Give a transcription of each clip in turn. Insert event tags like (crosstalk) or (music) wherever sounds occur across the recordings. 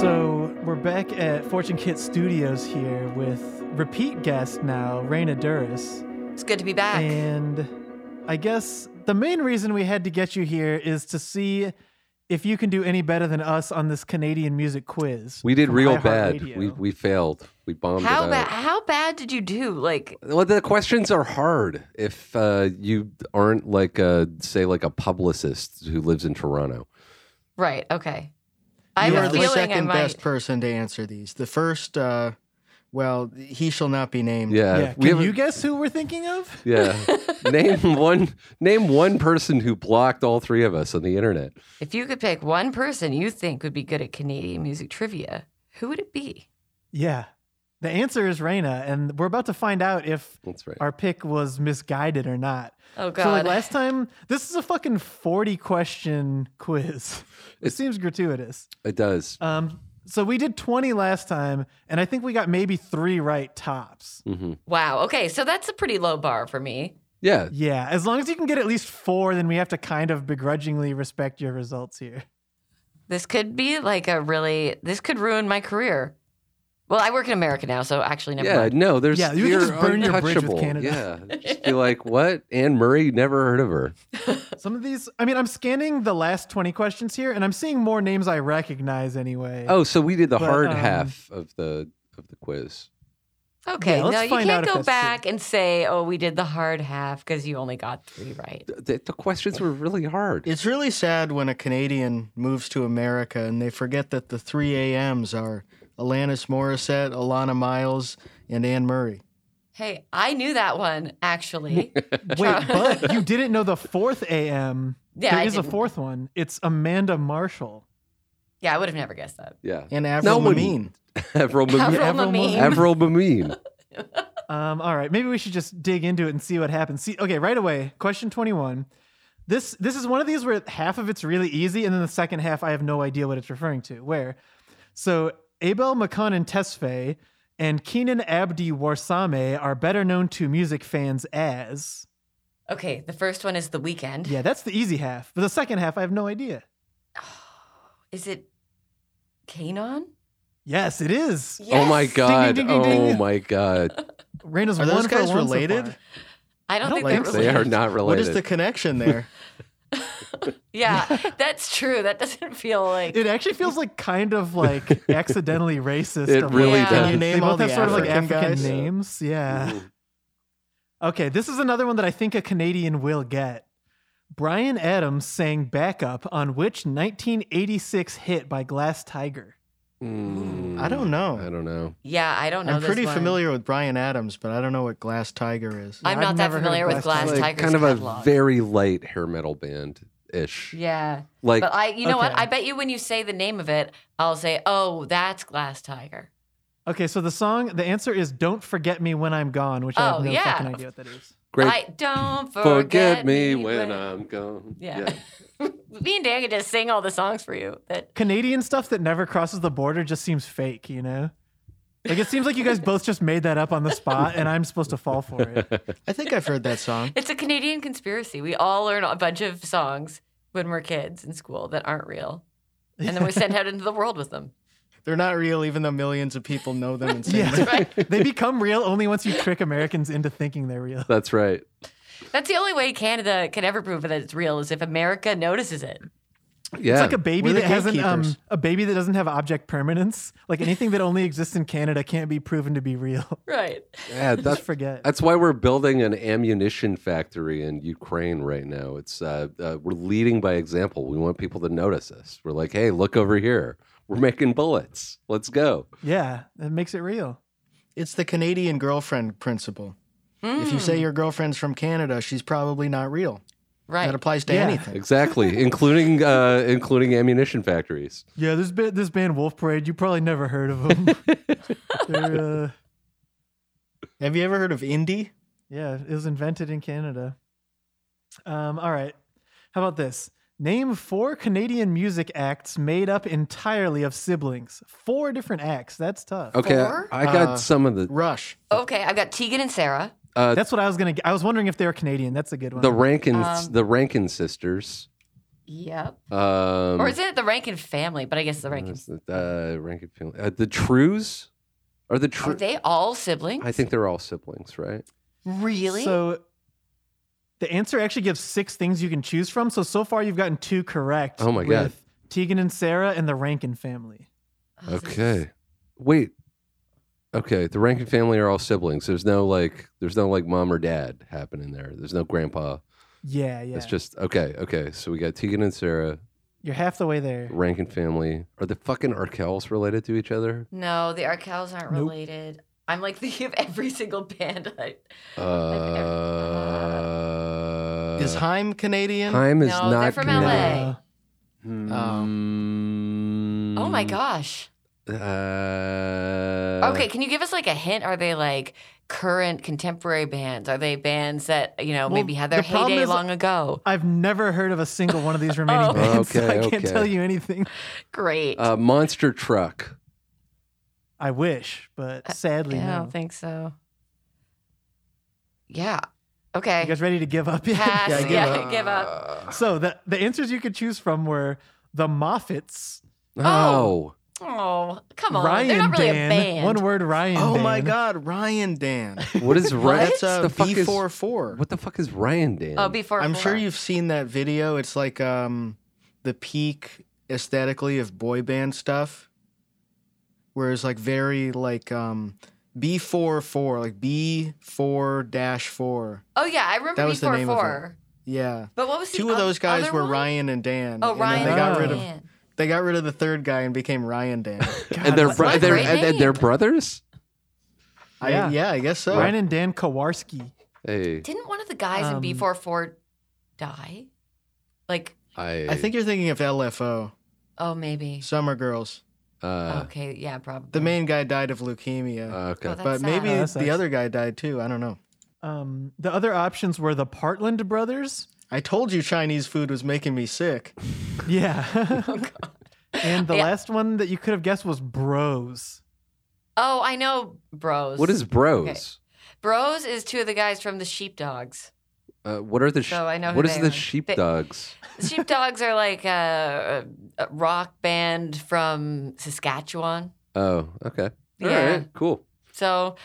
So we're back at Fortune Kit Studios here with repeat guest now, Raina Duras. It's good to be back. And I guess the main reason we had to get you here is to see if you can do any better than us on this Canadian music quiz. We did from real bad. iHeartRadio. We we failed. We bombed how it bad? out. How bad did you do? Like, Well, the questions are hard if uh, you aren't like a say like a publicist who lives in Toronto. right? Okay. I you have a are the feeling I second might. best person to answer these. The first, uh, well, he shall not be named. Yeah, Mm. Yeah. we Can have a- you guess who we're thinking of? (laughs) yeah. name one. Name one person who blocked all three of us on the internet. If you could pick one person you think would be good at Canadian music trivia, who would it be? Yeah. The answer is Raina, and we're about to find out if That's right. our pick was misguided or not. Oh God. So like last time, this is a fucking forty question quiz. It It's- seems gratuitous. It does. Um, so we did twenty last time, and I think we got maybe three right tops. hmm wow. Okay. So that's a pretty low bar for me. Yeah. Yeah, as long as you can get at least four, then we have to kind of begrudgingly respect your results here. This could be like a really. This could ruin my career. Well, I work in America now, so actually, never Yeah. mind. No. There's. Yeah, you can you're just burn your bridge with untouchable. Canada. (laughs) Yeah. Just be like, what? Anne Murray. Never heard of her. Some of these, I mean, I'm scanning the last twenty questions here, and I'm seeing more names I recognize anyway. Oh, so we did the But, hard um, half of the of the quiz. Okay. Yeah, let's no, you find out if can't go that's true. back and say, "Oh, we did the hard half" because you only got three right. The, the questions were really hard. It's really sad when a Canadian moves to America and they forget that the three AMs are Alanis Morissette, Alana Miles, and Anne Murray. Hey, I knew that one actually. Wait, but you didn't know the fourth AM. (laughs) Yeah, there I is a didn't. fourth one. It's Amanda Marshall. yeah, I would have never guessed that. Yeah. And No Avril one- Lavigne. (laughs) Avril Lavigne. Avril Avril Lavigne. Lavigne. Avril (laughs) Lavigne. Um, all right, maybe we should just dig into it and see what happens. See, okay, right away, question twenty-one. This this is one of these where half of it's really easy, and then the second half I have no idea what it's referring to. Where, so Abel Makan and Tesfaye and Keenan Abdi Warsame are better known to music fans as. Okay, the first one is the weekend. Yeah, that's the easy half. But the second half, I have no idea. Is it Kanon? Yes, it is. Yes. Oh my god. ding, ding, ding. Oh my god. Raina's Are one those for guys one so related? far. I don't, I don't think, think they're so. They related. are not related. What is the connection there? Yeah, that's true. That doesn't feel like It actually feels like kind of (laughs) like accidentally racist. It of really Yeah. like, Can does. you they name both all the have sort of like African African guys? names. Yeah. Mhm. Okay, this is another one that I think a Canadian will get. Brian Adams sang backup on which 1986 hit by Glass Tiger? Mm. I don't know. I don't know. Yeah, I don't know. I'm this pretty one. familiar with Brian Adams, but I don't know what Glass Tiger is. I'm I've not that never heard of familiar with Glass Glass Tiger's Like, Tigers. kind of a catalog. very light hair metal band ish. yeah. Like But I, you know what? okay. I bet you when you say the name of it, I'll say, "Oh, that's Glass Tiger." Okay, so the song, the answer is Don't Forget Me When I'm Gone, which I have Oh, no yeah. fucking idea what that is. great. I don't forget, Forget me when I'm gone. Yeah. (laughs) me and Dan can just sing all the songs for you. That Canadian stuff that never crosses the border just seems fake, you know? Like it seems like you guys both just made that up on the spot and I'm supposed to fall for it. I think I've heard (laughs) that song. it's a Canadian conspiracy. We all learn a bunch of songs when we're kids in school that aren't real, and then we're sent out into the world with them. They're not real, even though millions of people know (laughs) them and sing Yeah. (laughs) them. (laughs) they become real only once you trick Americans into thinking they're real. That's right. That's the only way Canada can ever prove that it's real is if America notices it. Yeah. It's like a baby We're the that hasn't um, gatekeepers. a baby that doesn't have object permanence. Like anything that only exists in Canada can't be proven to be real. (laughs) Right. yeah, Just (laughs) that's forget. That's why we're building an ammunition factory in Ukraine right now. It's uh, uh, we're leading by example. We want people to notice us. We're like, hey, look over here. We're making bullets. Let's go. yeah, that makes it real. It's the Canadian girlfriend principle. If you Hmm. say your girlfriend's from Canada, she's probably not real. Right. That applies to Yeah. (laughs) anything. Exactly, including uh, including ammunition factories. Yeah, this band, this band Wolf Parade, you probably never heard of (laughs) them. They're, uh, Have you ever heard of indie? yeah, it was invented in Canada. Um, all right, how about this? Name four Canadian music acts made up entirely of siblings. Four different acts. That's tough. Okay, Four? I, I got Uh, some of the Rush. Okay, I've got Tegan and Sarah. uh, That's what I was gonna. I was wondering if they were Canadian. That's a good one. the Rankin Um, the Rankin sisters. Yep. Um, or is it the Rankin family? But I guess the Rankin. is it, uh, Rankin family. Uh, the Trues are the Are True. they all siblings? Mm. I think they're all siblings, right? really. So the answer actually gives six things you can choose from. So so far you've gotten two correct. Oh my with God. Tegan and Sarah and the Rankin family. Oh, this is- Okay. Wait. Okay, the Rankin family are all siblings. There's no like, there's no like mom or dad happening there. There's no grandpa. Yeah, yeah. It's just okay, okay. So we got Tegan and Sarah, You're half the way there. Rankin family. Are the fucking Arkells related to each other? No, the Arkells aren't Nope. related. I'm like (laughs) thinking of every single band. I, Uh, Is Heim Canadian? Time is No, not. they're from connected. Uh, LA. Hmm. Hmm. Mm. oh my gosh. Uh, Okay, can you give us like a hint? Are they like current contemporary bands? Are they bands that you know Well, maybe had their the problem heyday is- long ago? I've never heard of a single one of (laughs) these remaining Oh. bands, so I Okay, can't okay. tell you anything. Great. Uh, monster truck. I wish, but sadly, Uh, yeah, I no. don't think so. Yeah. Okay. You (laughs) guys ready to give up? (laughs) Pass. Yeah, Yeah, give give, up. up. Uh, So the the answers you could choose from were the Moffats, Oh, Oh, come on. Ryan They're not really Dan, a band. one word Ryan. Oh my Dan. God, Ryan Dan. what is Ryan? That's a the fuck is- B44. What the fuck is Ryan Dan? Oh, before I'm sure four. you've seen that video. It's like um, the peak aesthetically of boy band stuff, where it's like very like um, B44, like B4 dash 4. Oh yeah, I remember That was the before name of it. four. Yeah. But what was the Two of oth- those guys other were one? Ryan and Dan. Oh, and Ryan. Then they got and rid of Dan. they got rid of the third guy and became Ryan Dan. God, and they're, that's bro- like- a they're, great and, and they're name. brothers. I, Yeah. yeah. I guess so. Ryan and Dan Kowarski. Hey, Didn't one of the guys Um, in B four four die? Like, I, I think you're thinking of LFO, oh maybe. Summer Girls. Uh, okay, yeah, probably. The main guy died of leukemia, uh, okay. Oh, that's but sad. maybe Oh, that sucks. the other guy died too. I don't know. Um, the other options were the Partland brothers. I told you Chinese food was making me sick. (laughs) Yeah. (laughs) and the Oh, Yeah. last one that you could have guessed was Bros. Oh, I know, Bros. What is bros? Bros? Is two of the guys from the Sheepdogs. Uh, what are the? Sh- So I know who what is they the are. sheepdogs? Sheepdogs are like a, a rock band from Saskatchewan. Oh, okay. All right, Yeah. cool. So,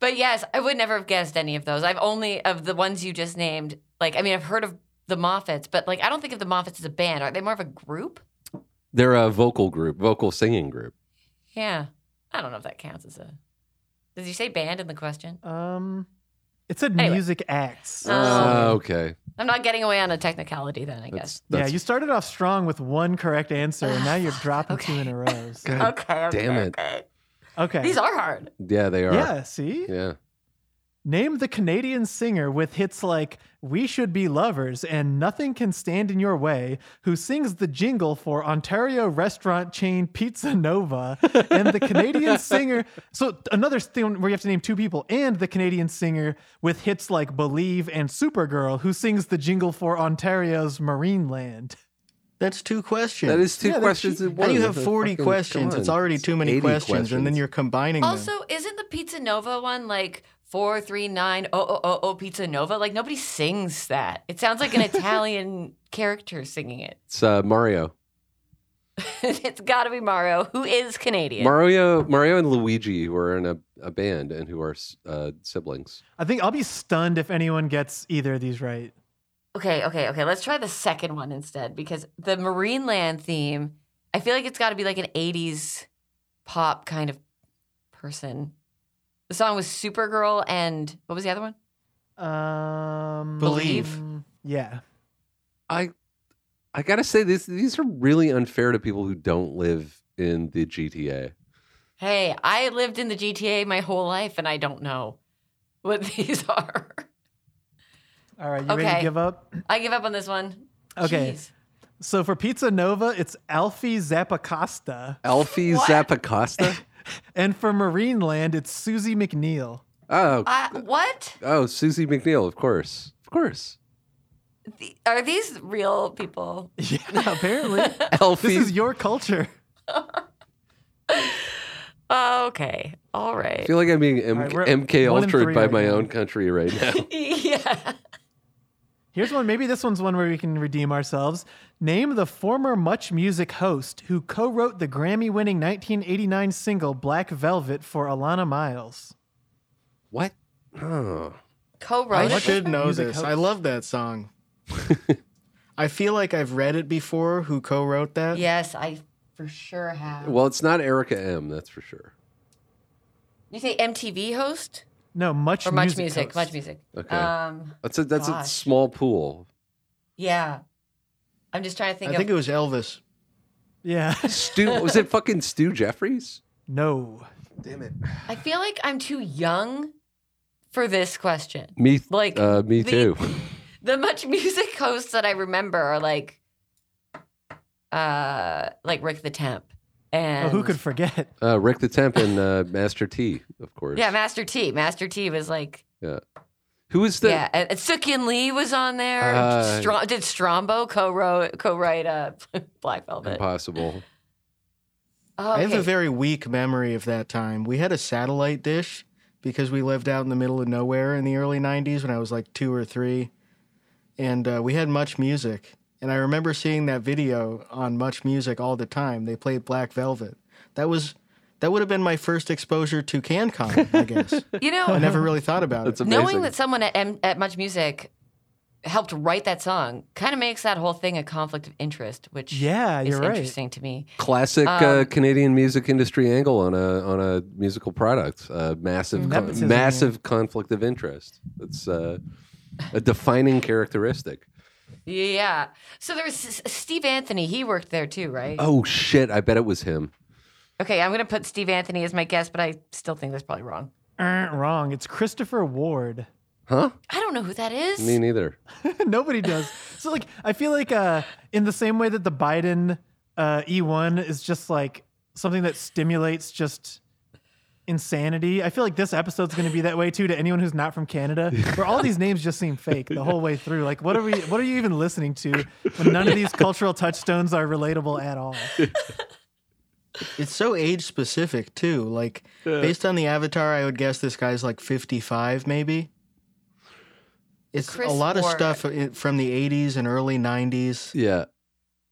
but yes, I would never have guessed any of those. I've only of the ones you just named. Like, I mean, I've heard of the Moffats, but like, I don't think of the Moffats as a band. Are they more of a group? They're a vocal group, vocal singing group. Yeah, I don't know if that counts as a. Did you say band in the question? Um, it said Anyway. music acts. Oh. Uh, okay. I'm not getting away on a technicality then. I guess. That's, yeah, that's you started off strong with one correct answer, and now (sighs) you're dropping two in a row. so- God (laughs) Okay. okay, damn it. okay. Okay. These are hard. Yeah, they are. yeah, see? Yeah. Name the Canadian singer with hits like We Should Be Lovers and Nothing Can Stand in Your Way, who sings the jingle for Ontario restaurant chain Pizza Nova, and the Canadian singer. So, another thing where you have to name two people, and the Canadian singer with hits like Believe and Supergirl, who sings the jingle for Ontario's Marine Land. That's two questions. That is two Yeah, they're questions cheap. in How one. do you have That's a 40 fucking- come questions? It's on. already too many 80 questions, and then you're combining them. Also, isn't the Pizza Nova one like four three nine oh oh oh oh Pizza Nova? Like nobody sings that. It sounds like an Italian character singing it. (laughs) It's uh, Mario. it's got to be Mario, who is Canadian. Mario, Mario, and Luigi who are in a, a band and who are s- uh, siblings. I think I'll be stunned if anyone gets either of these right. okay, okay, okay. Let's try the second one instead because the Marine Land theme, I feel like it's got to be like an 80s pop kind of person. The song was Supergirl and what was the other one? Um, Believe. Yeah. I, I gotta say these these are really unfair to people who don't live in the GTA. Hey, I lived in the GTA my whole life and I don't know what (laughs) these are. All right, you ready to Okay. give up? I give up on this one. Okay. Jeez. So for Pizza Nova, it's Alfie Zappacosta. Alfie What? Zappacosta. And for Marine Land, it's Susie (laughs) McNeil. Oh, I, what? oh, Susie McNeil, of course, of course. The- are these real people? Yeah, (laughs) apparently. this Alfie. is your culture. Okay. All I right. feel like I'm being M- All right, we're MK one and altered three (laughs) by right my now. own country right now. yeah. Here's one. Maybe this one's one where we can redeem ourselves. Name the former Much Music host who co wrote the Grammy winning 1989 single Black Velvet for Alana Miles. What? Oh. Co-wrote I it. should know Music this. host. I love that song. I feel like I've read it before. Who co-wrote that? Yes, I for sure have. Well, it's not Erica M. That's for sure. You say MTV host No, Much or Music. Much Music? host. Much Music. Okay. Um, That's a that's a Gosh. small pool. yeah. I'm just trying to think I of. think it was Elvis. Yeah. (laughs) Stu was it fucking Stu Jeffries? no. Damn it. I feel like I'm too young for this question. Me Like, like uh, me the- too. The Much Music hosts that I remember are like, uh, like Rick the Temp and Oh, who could forget? Uh, Rick the Temp and uh, Master T, of course. Yeah, Master T. Master T was like, Who is the yeah, and, and Sookyun Lee was on there. Uh, Stro- did Strombo co-wrote co-write uh, (laughs) Black Velvet? impossible? Oh, I have okay. a very weak memory of that time. We had a satellite dish because we lived out in the middle of nowhere in the early 90s when I was like two or three. And uh, we had much music. And I remember seeing that video on Much Music all the time. They played Black Velvet. That was that would have been my first exposure to CanCon, I guess. you know, I never really thought about That's it. (laughs) amazing. knowing that someone at, M- at Much Music helped write that song kind of makes that whole thing a conflict of interest, which Yeah, is you're right. interesting to me. Classic uh, Um, Canadian music industry angle on a on a musical product. Uh, Mm-hmm. massive con- Nepotism, yeah. massive conflict of interest. That's uh, a defining characteristic. Yeah. So there was S- S- Steve Anthony. He worked there too, right? Oh shit! I bet it was him. Okay, I'm gonna put Steve Anthony as my guess, but I still think that's probably wrong. Er, wrong. It's Christopher Ward. Huh? I don't know who that is. Me neither. (laughs) Nobody does. So like I feel like uh in the same way that the Biden uh E1 is just like something that stimulates just insanity. I feel like this episode's going to be that way too to anyone who's not from (laughs) Canada where all these names just seem fake the whole way through. Like what are we what are you even listening to when none of these cultural touchstones are relatable at all? It's so age specific too. Like based on the avatar, I would guess this guy's like 55 maybe. It's Chris a lot Ward. of stuff i- from the 80s and early 90s. Yeah.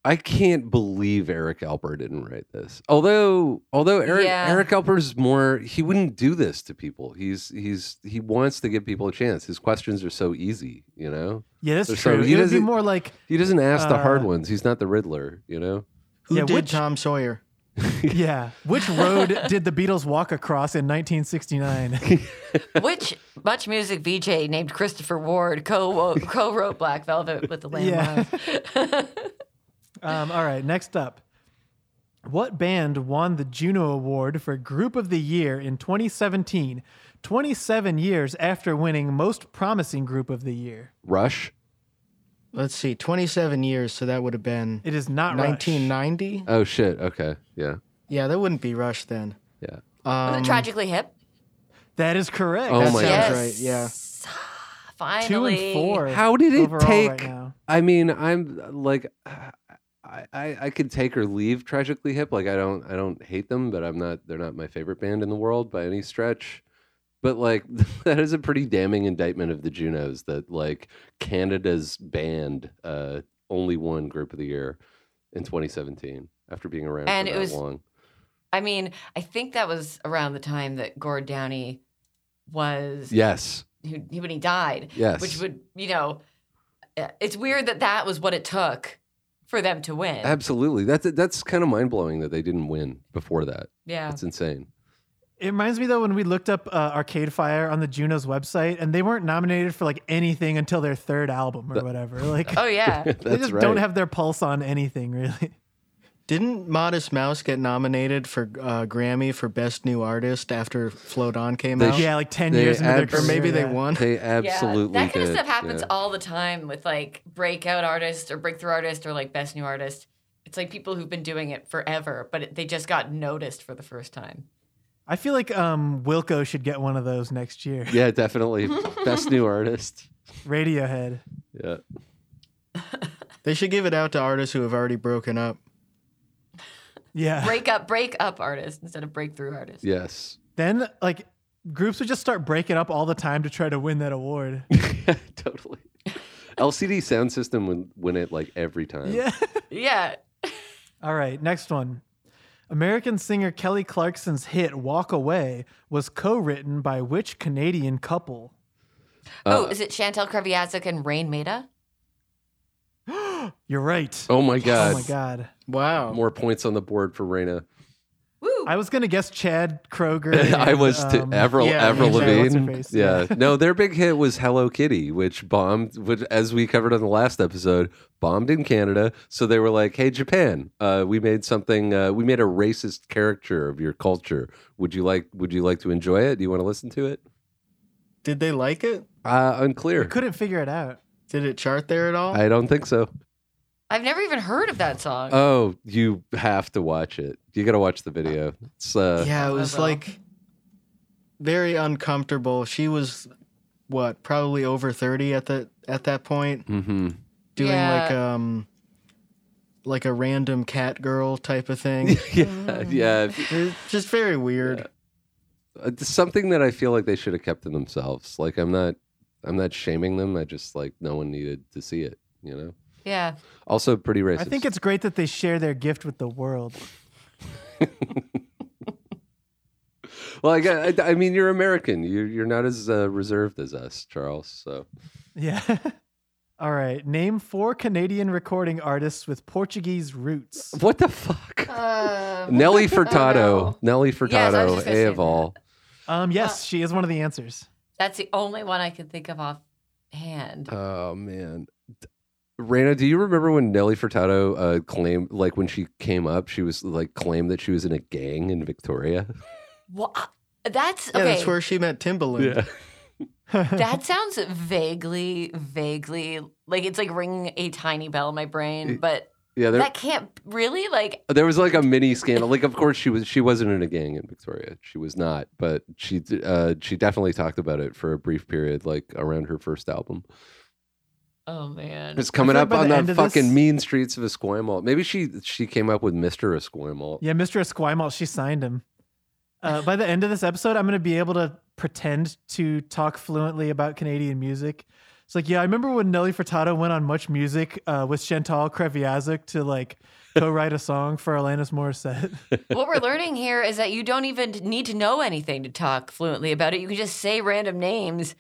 I can't believe Eric Alper didn't write this. Although although Eric Yeah. Eric Alper's more he wouldn't do this to people. He's he's he wants to give people a chance. His questions are so easy, you know? Yeah, that's So true. e- he It would be doesn't- more (laughs) like He doesn't ask the hard Uh, ones. He's not the Riddler, you know? Who Yeah, did which- Tom Sawyer? yeah, which road did the Beatles walk across in 1969? Which Much Music VJ named Christopher Ward co co wrote Black Velvet with the Lamb Yeah. Live? (laughs) Um, all right, next up. What band won the Juno Award for Group of the Year in 2017, 27 years after winning Most Promising Group of the Year? Rush? Let's see, 27 years, so that would have been It is not Rush. 1990. Oh shit. Okay. Yeah. Yeah, that wouldn't be Rush then. Yeah. Was Um, it Tragically Hip? That is correct. Oh that my sounds God. right. Yeah, Finally. Two and four. How did it overall take Right now. I mean, I'm like, I, I I could take or leave Tragically Hip. Like, I don't I don't hate them, but I'm not. They're not my favorite band in the world by any stretch. But like, (laughs) that is a pretty damning indictment of the Junos that like Canada's band uh, only won Group of the Year in 2017 after being around And for it that was- long. I mean, I think that was around the time that Gord Downey was Yes, who, he- when he died, yes. which would you know, uh, it's weird that that was what it took for them to win. Absolutely. That's that's kind of mind blowing that they didn't win before that. yeah. It's insane. It reminds me though when we looked up uh, Arcade Fire on the Juno's website, and they weren't nominated for like anything until their third album or (laughs) whatever. Like Oh yeah. That's they just right. don't have their pulse on anything really. didn't Modest Mouse get nominated for uh, Grammy for Best New Artist after Float On came They out? Yeah, like ten They years into their abs- career. or maybe they yeah. won. (laughs) They absolutely yeah, that kind of did. stuff happens Yeah. all the time with like breakout artists or breakthrough artists or like best new artist. It's like people who've been doing it forever, but it, they just got noticed for the first time. I feel like um, Wilco should get one of those next year. (laughs) Yeah, definitely. Best new artist. Radiohead. Yeah. They should give it out to artists who have already broken up. Yeah. Break up, break up artists instead of breakthrough artists. Yes. Then like groups would just start breaking up all the time to try to win that award. (laughs) totally. LCD sound system would win it like every (laughs) time. Yeah. yeah. All right, next one. American singer Kelly Clarkson's hit Walk Away was co written by which Canadian couple? Uh, oh, is it Chantel Kreviazuk and Rain Maida? You're right. oh my Oh god. my God. Wow. More points on the board for Reyna. Woo. I was going to guess Chad Kroger. (laughs) I and, was to um, Avril, yeah, Avril yeah, what's her Lavigne. face, yeah. yeah. no, their big hit was Hello Kitty, which bombed, which as we covered on the last episode, bombed in Canada. So they were like, "Hey, Japan, uh, we made something. Uh, we made a racist caricature of your culture. Would you like? Would you like to enjoy it? Do you want to listen to it?" Did they like it? Uh, I unclear. couldn't figure it out. Did it chart there at all? I don't think so. I've never even heard of that song. Oh, you have to watch it. You got to watch the video. It's uh, yeah, it was well. like very uncomfortable. She was what, probably over 30 at the at that point, mhm. doing Yeah. like um like a random cat girl type of (laughs) thing. (laughs) yeah, yeah. It's just very weird. Uh, it's something that I feel like they should have kept to themselves. Like I'm not, I'm not shaming them. I just like no one needed to see it. You know. Yeah. Also, pretty racist. I think it's great that they share their gift with the world. well. I, got, I, I mean, you're American. You, you're not as uh, reserved as us, Charles. So Yeah. (laughs) All right. Name four Canadian recording artists with Portuguese roots. what the fuck? Um, (laughs) Nelly Furtado. no. Nelly Yes, I was Furtado. just gonna say a of that. all. Um, yes, she is one of the answers. That's the only one I can think of offhand. Oh man. Raina, do you remember when Nelly Furtado uh, claimed, like when she came up, she was like claimed that she was in a gang in Victoria? Wha That's Yeah, okay. that's where she (laughs) met Timbaland. that sounds vaguely, vaguely like it's like ringing a tiny bell in my brain, but yeah. There, that can't really like. There was like a mini scandal. Like, of course, she was she wasn't in a gang in Victoria. She was not, but she uh, she definitely talked about it for a brief period, like around her first album. Oh man. It's coming like up by on the the, end of fucking this- mean streets of Esquimalt. Maybe she she came up with Mister Esquimalt. (laughs) Yeah, Mr. Esquimalt, she signed him. Uh, by the end of this episode, I'm going to be able to pretend to talk fluently about Canadian music. It's like, yeah, I remember when Nelly Furtado went on Much Music uh, with Chantal Kreviazuk to like co write a song for Alanis Morissette. what we're learning here is that you don't even need to know anything to talk fluently about it. You can just say random names,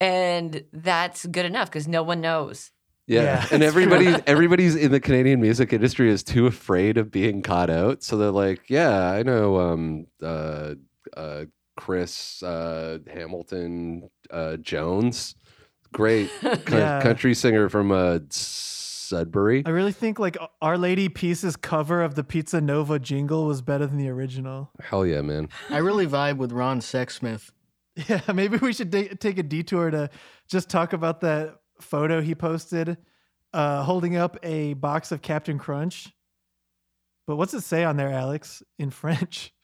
and that's good enough because no one knows. Yeah, Yeah, and it's everybody everybody's in the Canadian music industry is too afraid of being caught out, so they're like, "Yeah, I know, um, uh, uh, Chris uh, Hamilton uh, Jones, (laughs) great coun- Yeah. country singer from uh, Sudbury." I really think like Our Lady Peace's cover of the Pizza Nova jingle was better than the original. Hell yeah, man! I really vibe with Ron Sexsmith. (laughs) Yeah, maybe we should da- take a detour to just talk about that photo he posted uh, holding up a box of Captain Crunch. But what's it say on there, Alex, in French? (laughs)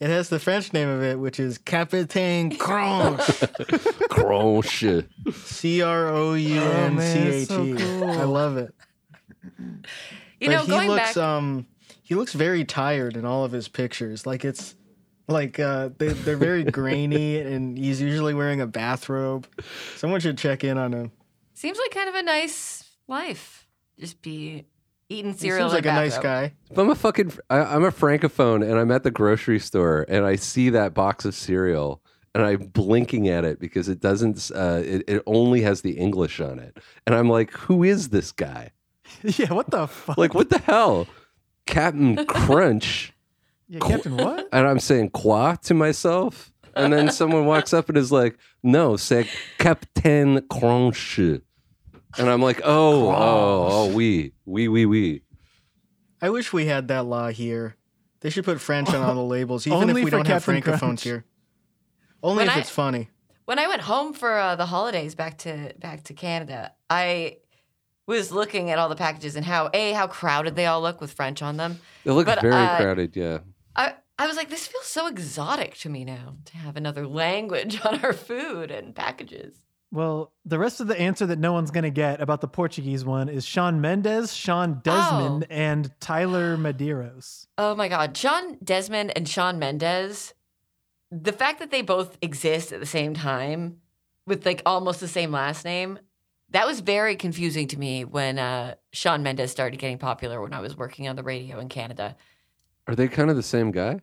It has the French name of it, which is Capitaine (laughs) Crunch. Crunch. C R O U Oh, N C man, it's H so E. cool. I love it. You but know, he going looks back, um he looks very tired in all of his pictures. Like it's like uh they (laughs) they're very grainy and he's usually wearing a bathrobe. Someone should check in on him. seems like kind of a nice life. Just be eating He cereal. seems like a in nice bathrobe. guy. If I'm a fucking, I, I'm a francophone, and I'm at the grocery store, and I see that box of cereal, and I'm blinking at it because it doesn't, uh, it, it only has the English on it, and I'm like, who is this guy? yeah, what the fuck? Like, what the hell, (laughs) Captain Crunch? yeah, Captain, what? And I'm saying quoi to myself, and then someone walks up and is like, no, say Captain Crunch, and I'm like, oh, oh, oh, we, we, we, we. I wish we had that law here. They should put French on all the (laughs) labels, even if Only we for don't have Captain francophones Crunch. here. Only When if I- it's funny. when I went home for uh, the holidays back to back to Canada, I was looking at all the packages and how a how crowded they all look with French on them. It looks But, very uh, crowded, yeah. I I was like, this feels so exotic to me now to have another language (laughs) on our food and packages. Well, the rest of the answer that no one's going to get about the Portuguese one is Sean Mendes, Sean Desmond, Oh. and Tyler Medeiros. Oh my God, John Desmond and Sean Mendez. The fact that they both exist at the same time with like almost the same last name that was very confusing to me when uh, Sean Mendes started getting popular when I was working on the radio in Canada. Are they kind of the same guy?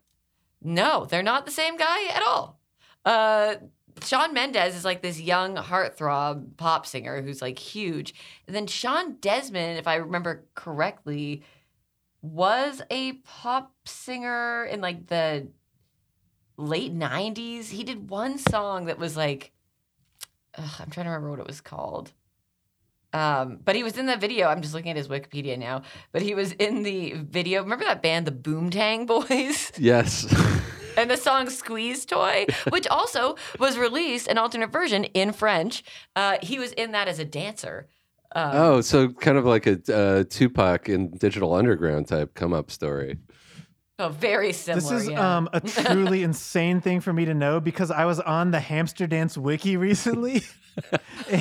No, they're not the same guy at all. Uh, Sean Mendez is like this young heartthrob pop singer who's like huge. And then Sean Desmond, if I remember correctly, was a pop singer in like the late 90s. He did one song that was like, ugh, I'm trying to remember what it was called. Um, but he was in that video. I'm just looking at his Wikipedia now. But he was in the video. Remember that band, the Boomtang Boys? (laughs) (laughs) Yes. and the song Squeeze Toy, which also was released an alternate version in French. Uh, he was in that as a dancer. Um, oh, so kind of like a uh, Tupac and Digital Underground type come up (laughs) story. oh, very similar. This is yeah. (laughs) um, a truly insane thing for me to know because I was on the Hamster Dance Wiki recently. (laughs)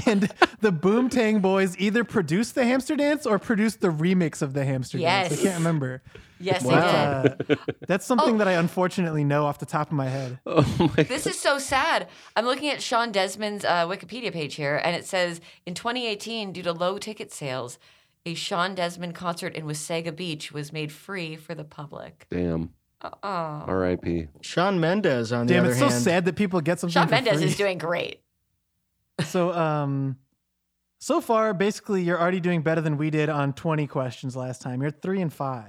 and the Boomtang Boys either produced the Hamster Dance or produced the remix of the Hamster Dance. I Yes. can't remember. yes, they did. Uh, that's something that I unfortunately know off the top of my head. Oh my This is so sad. I'm looking at Sean Desmond's uh, Wikipedia page here, and it says in 2018, due to low ticket sales, a Sean Desmond concert in Wasaga Beach was made free for the public. damn. Uh-uh. Oh, R.I.P. Sean Mendez, on the Damn, other it's so hand, sad that people get something. Sean for Mendes free. is doing great. so. Um, so far, basically, you're already doing better than we did on 20 questions last time. You're three and five.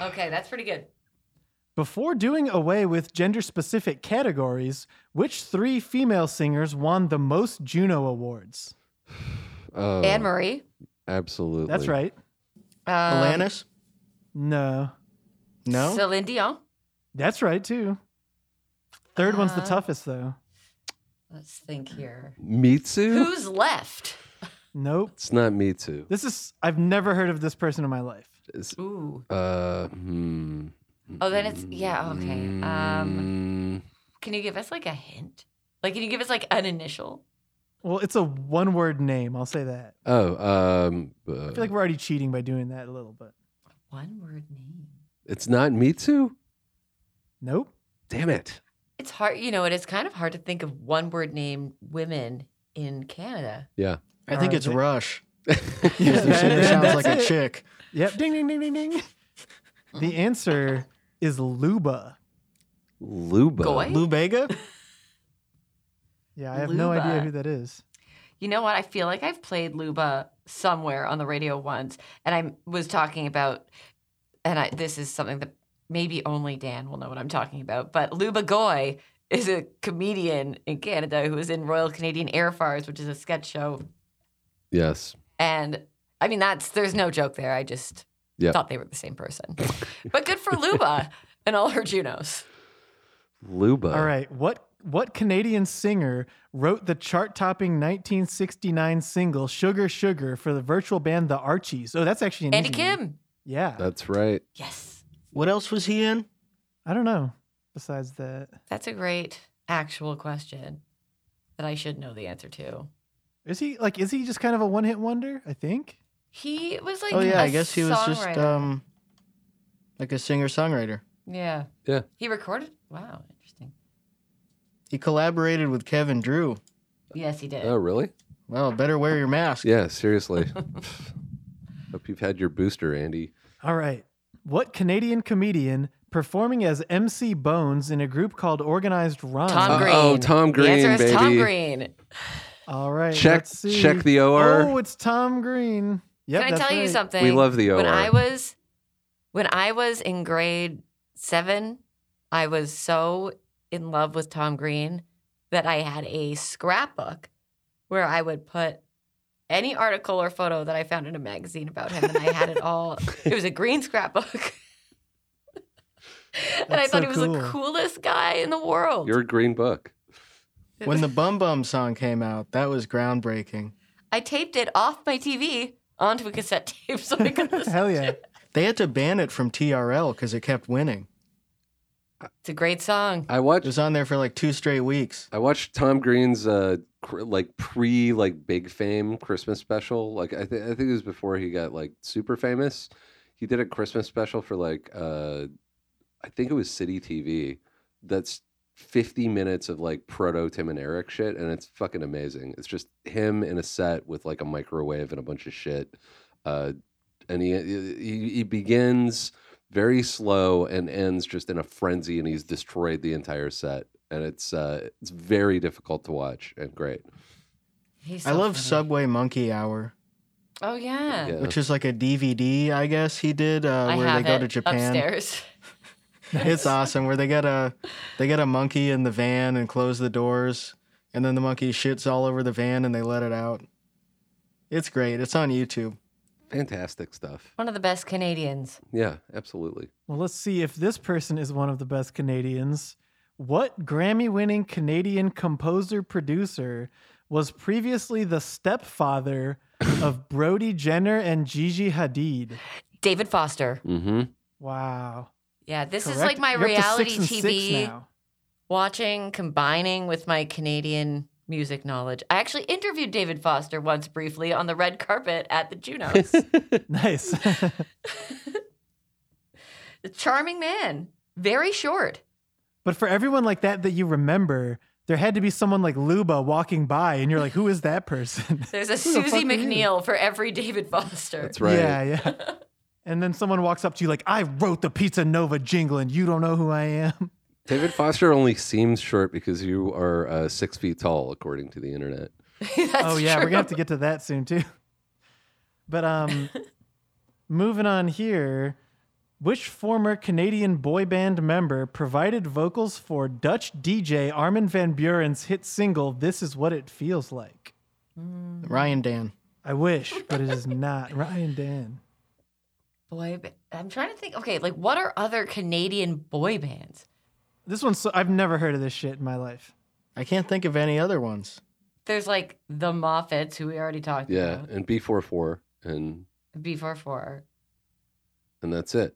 Okay, that's pretty good. Before doing away with gender specific categories, which three female singers won the most Juno Awards? Oh, Anne Marie. absolutely. That's right. Um, Alanis? No. No. Celine Dion. That's right, too. Third one's the Uh, toughest, though. Let's think here. Mitsu. Who's left? Nope. It's not Mitsu. This is, I've never heard of this person in my life. It's, Ooh. uh, hmm. Oh, then it's- yeah, okay. Um, Mm, Can you give us like a hint? Like, can you give us like an initial? Well, it's a one word name. I'll say that. oh, um, I feel like we're already cheating by doing that a little bit. One word name. it's not Mitsu. Nope. (laughs) Damn it. It's hard, you know, it is kind of hard to think of one word named women in Canada. Yeah. I think Alright, it's okay. (laughs) Rush. Yeah, She that- sounds that's like a it. chick. Yep. Ding, ding, ding, ding, ding. The answer is Luba. Luba. Goy? Lou Bega? Yeah, I have no idea Luba. who that is. You know what? I feel like I've played Luba somewhere on the radio once, and I was talking about, and I, this is something that maybe only Dan will know what I'm talking about, but Luba Goy is a comedian in Canada who was in Royal Canadian Airfars, which is a sketch show. Yes. And I mean, that's there's no joke there. I just Yeah. thought they were the same person. (laughs) but good for Luba and all her Junos. Luba. All right. What what Canadian singer wrote the chart-topping 1969 single "Sugar Sugar" for the virtual band The Archies? Oh, that's actually an Andy easy one. Kim. Yeah, That's right. Yes. What else was he in? I don't know. Besides that, That's a great actual question that I should know the answer to. is he like is he just kind of a one-hit wonder? I think. He was like, oh yeah, I I guess he was just um like a singer songwriter. yeah, Yeah. He recorded. Wow, interesting. He collaborated with Kevin Drew. Yes, he did. Oh, really? Well, better wear your mask. Yeah, seriously. Hope you've had your booster, Andy. All right. What Canadian comedian performing as MC Bones in a group called Organized Rhyme? Tom Green. oh, Tom The answer Green, is Tom baby. Green. All right. Check let's see. check the OR. Oh, it's Tom Green. Yep, Can I that's tell you right. something? we love the OR. When I was, when I was in grade seven, I was so in love with Tom Green that I had a scrapbook where I would put any article or photo that I found in a magazine about him, and I had it (laughs) all. It was a green scrapbook. (laughs) and I That's thought so he was the cool. coolest guy in the world. Your green book. When the Bum Bum song came out, that was groundbreaking. I taped it off my TV onto a cassette tape so I (laughs) could listen. Hell yeah. They had to ban it from TRL because it kept winning. It's a great song. I It watched was on there for like two straight weeks. I watched Tom Green's uh cr- like pre like big fame Christmas special. Like I think I think it was before he got like super famous. He did a Christmas special for like uh I think it was City TV. That's 50 minutes of like proto Tim and Eric shit, and it's fucking amazing. It's just him in a set with like a microwave and a bunch of shit. Uh, and he, he he begins very slow and ends just in a frenzy, and he's destroyed the entire set. And it's uh, it's very difficult to watch and great. He's I so love funny. Subway Monkey Hour, Oh yeah. Yeah. which is like a DVD, I guess he did, uh, I where they have go it to Japan. upstairs. (laughs) It's awesome. Where they get a they get a monkey in the van and close the doors, and then the monkey shits all over the van and they let it out. It's great. It's on YouTube. Fantastic stuff. One of the best Canadians. Yeah, absolutely. Well, let's see if this person is one of the best Canadians. What Grammy winning Canadian composer producer was previously the stepfather of Brody Jenner and Gigi Hadid? David Foster. Mm-hmm. Wow. Yeah, this is Correct. like my You're up to reality six and six TV now. watching, combining with my Canadian music knowledge. I actually interviewed David Foster once briefly on the red carpet at (laughs) the Junos. Nice. (laughs) A Charming man, very short. but for everyone like that that you remember, there had to be someone like Luba walking by, and you're like, who is that person? There's a Who the Susie fuck are you? McNeil for every David Foster. That's right. Yeah, (laughs) yeah. And then someone walks up to you like, I wrote the Pizza Nova jingle, and you don't know who I am. David Foster only seems short because you are uh, six feet tall, according to the internet. That's oh yeah, true. we're gonna have to get to that soon too. (laughs) But um, moving on here, which former Canadian boy band member provided vocals for Dutch DJ Armin van Buren's hit single "This Is What It Feels Like"? Ryan Dan. I wish, but it is not Ryan Dan. boy. ba- I'm trying to think. Okay, like what are other Canadian boy bands? This one's so, I've never heard of this shit in my life. I can't think of any other ones. There's like the Moffats, who we already talked Yeah, about. and B44, and B44. and that's it.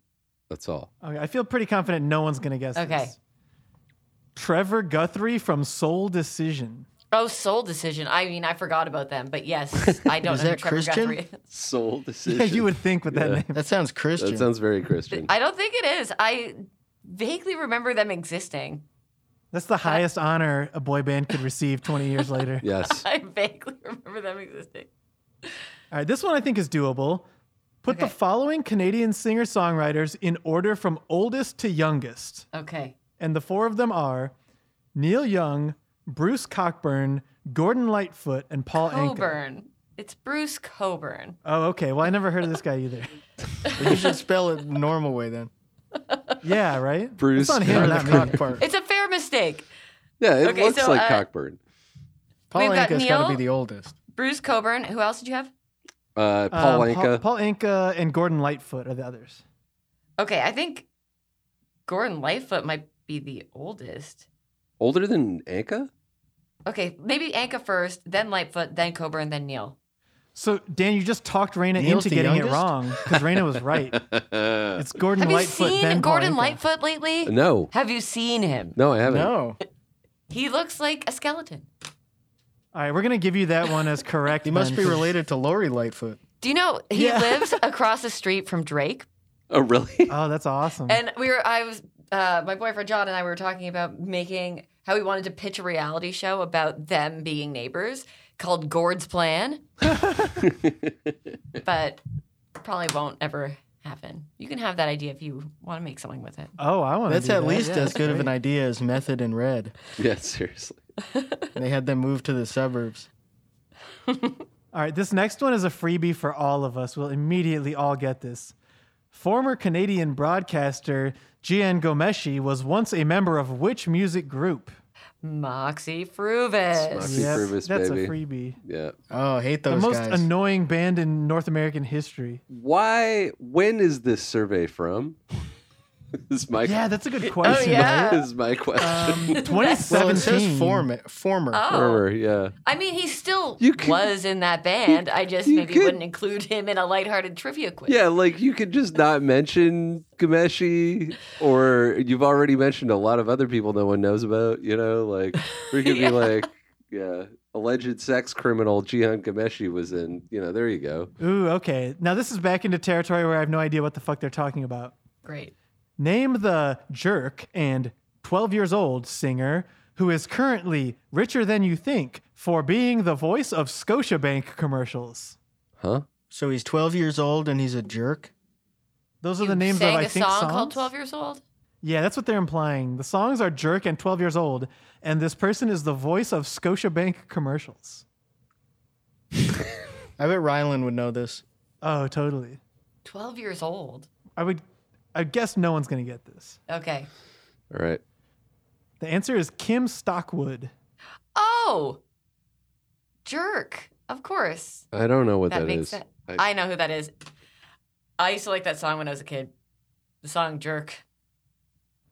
That's all. Okay, I feel pretty confident no one's gonna guess. Okay. this. Trevor Guthrie from Soul Decision. (laughs) Oh, Soul Decision. I mean, I forgot about them, but yes, (laughs) I don't Is know who that (laughs) Trevor Christian? (laughs) Guthrie is. Soul decision. Yeah, you would think with that Yeah. name. That sounds Christian. That sounds very Christian. I don't think it is. I vaguely remember them existing. (laughs) That's the highest honor a boy band could receive 20 (laughs) years later. yes. I vaguely remember them existing. All right, this one I think is doable. Put the Okay. following Canadian singer songwriters in order from oldest to youngest. Okay. And the four of them are Neil Young, Bruce Cockburn, Gordon Lightfoot, and Paul Anka. Coburn. It's Bruce Coburn. Oh, okay. Well, I never heard of this guy (laughs) either. (laughs) you should spell it normal way (laughs) then. yeah, right? Bruce It's on him, Or the not cock me. part. It's a fair mistake. Yeah, it Okay, looks so, like uh, Cockburn. Paul We've got Anka's got to Neil. be the oldest. Bruce Coburn. Who else did you have? Uh, Paul Um, Anka. Paul Anka and Gordon Lightfoot are the others. Okay, I think Gordon Lightfoot might be the oldest. older than (laughs) Anka? Okay, maybe Anka first, then Lightfoot, then Coburn, then Neil. So, Dan, you just talked Raina Neil's into the getting it youngest? wrong because Raina was (laughs) right. It's Gordon Have Lightfoot. you seen then Paul Gordon Anka. Lightfoot lately? no. Have you seen him? No, I haven't. No, He looks like a skeleton. All right, we're gonna give you that one as correct. he must then, be 'cause- related to Lori Lightfoot. Do you know he Yeah. (laughs) lives across the street from Drake? Oh, really? Uh, Oh, that's awesome. And we were, I was, uh, my boyfriend John and I were talking about making how we wanted to pitch a reality show about them being neighbors called Gord's Plan, (laughs) but probably won't ever happen. You can have that idea if you want to make something with it. oh, I want. That's at least as good of an idea. idea as Method and Red. (laughs) yeah, seriously. They had them move to the suburbs. All right, this next one is a freebie for all of us. We'll immediately all get this. Former Canadian broadcaster Gian Gomeshi was once a member of which music group? Moxie Fruvis. Moxie Fruvis, that's a baby. freebie. Yeah. Oh, I hate those The most guys. annoying band in North American history. Why? When is this survey from? (laughs) this is my Yeah, that's a good question. yeah. right? This is my question. oh, (laughs) (laughs) well, 2017. it says form, former. um, Oh, Remember, yeah. I mean, he still You could- was in that band. I just you maybe could- wouldn't include him in a lighthearted trivia quiz. Yeah, like you could just not mention Gameshi, or you've already mentioned a lot of other people no one knows about, you know? Like, we (laughs) could Yeah. be like, yeah, alleged sex criminal Jihan Gameshi was in, you know, there you go. Ooh, okay. Now this is back into territory where I have no idea what the fuck they're talking about. Great. Name the jerk and 12 years old singer who is currently richer than you think for being the voice of Scotiabank commercials. Huh? So he's 12 years old and he's a jerk. Those are You the names sang of I a think song songs. called 12 Years Old? Yeah, that's what they're implying. The songs are Jerk and 12 Years Old, and this person is the voice of Scotiabank commercials. I bet Rylan would know this. Oh, totally. 12 years old. I would I guess no one's going to get this. Okay. All right. The answer is Kim Stockwood. Oh, jerk. Of course. I don't know what that, that makes is. sense. I- I, know who that is. I used to like that song when I was a kid. The song Jerk.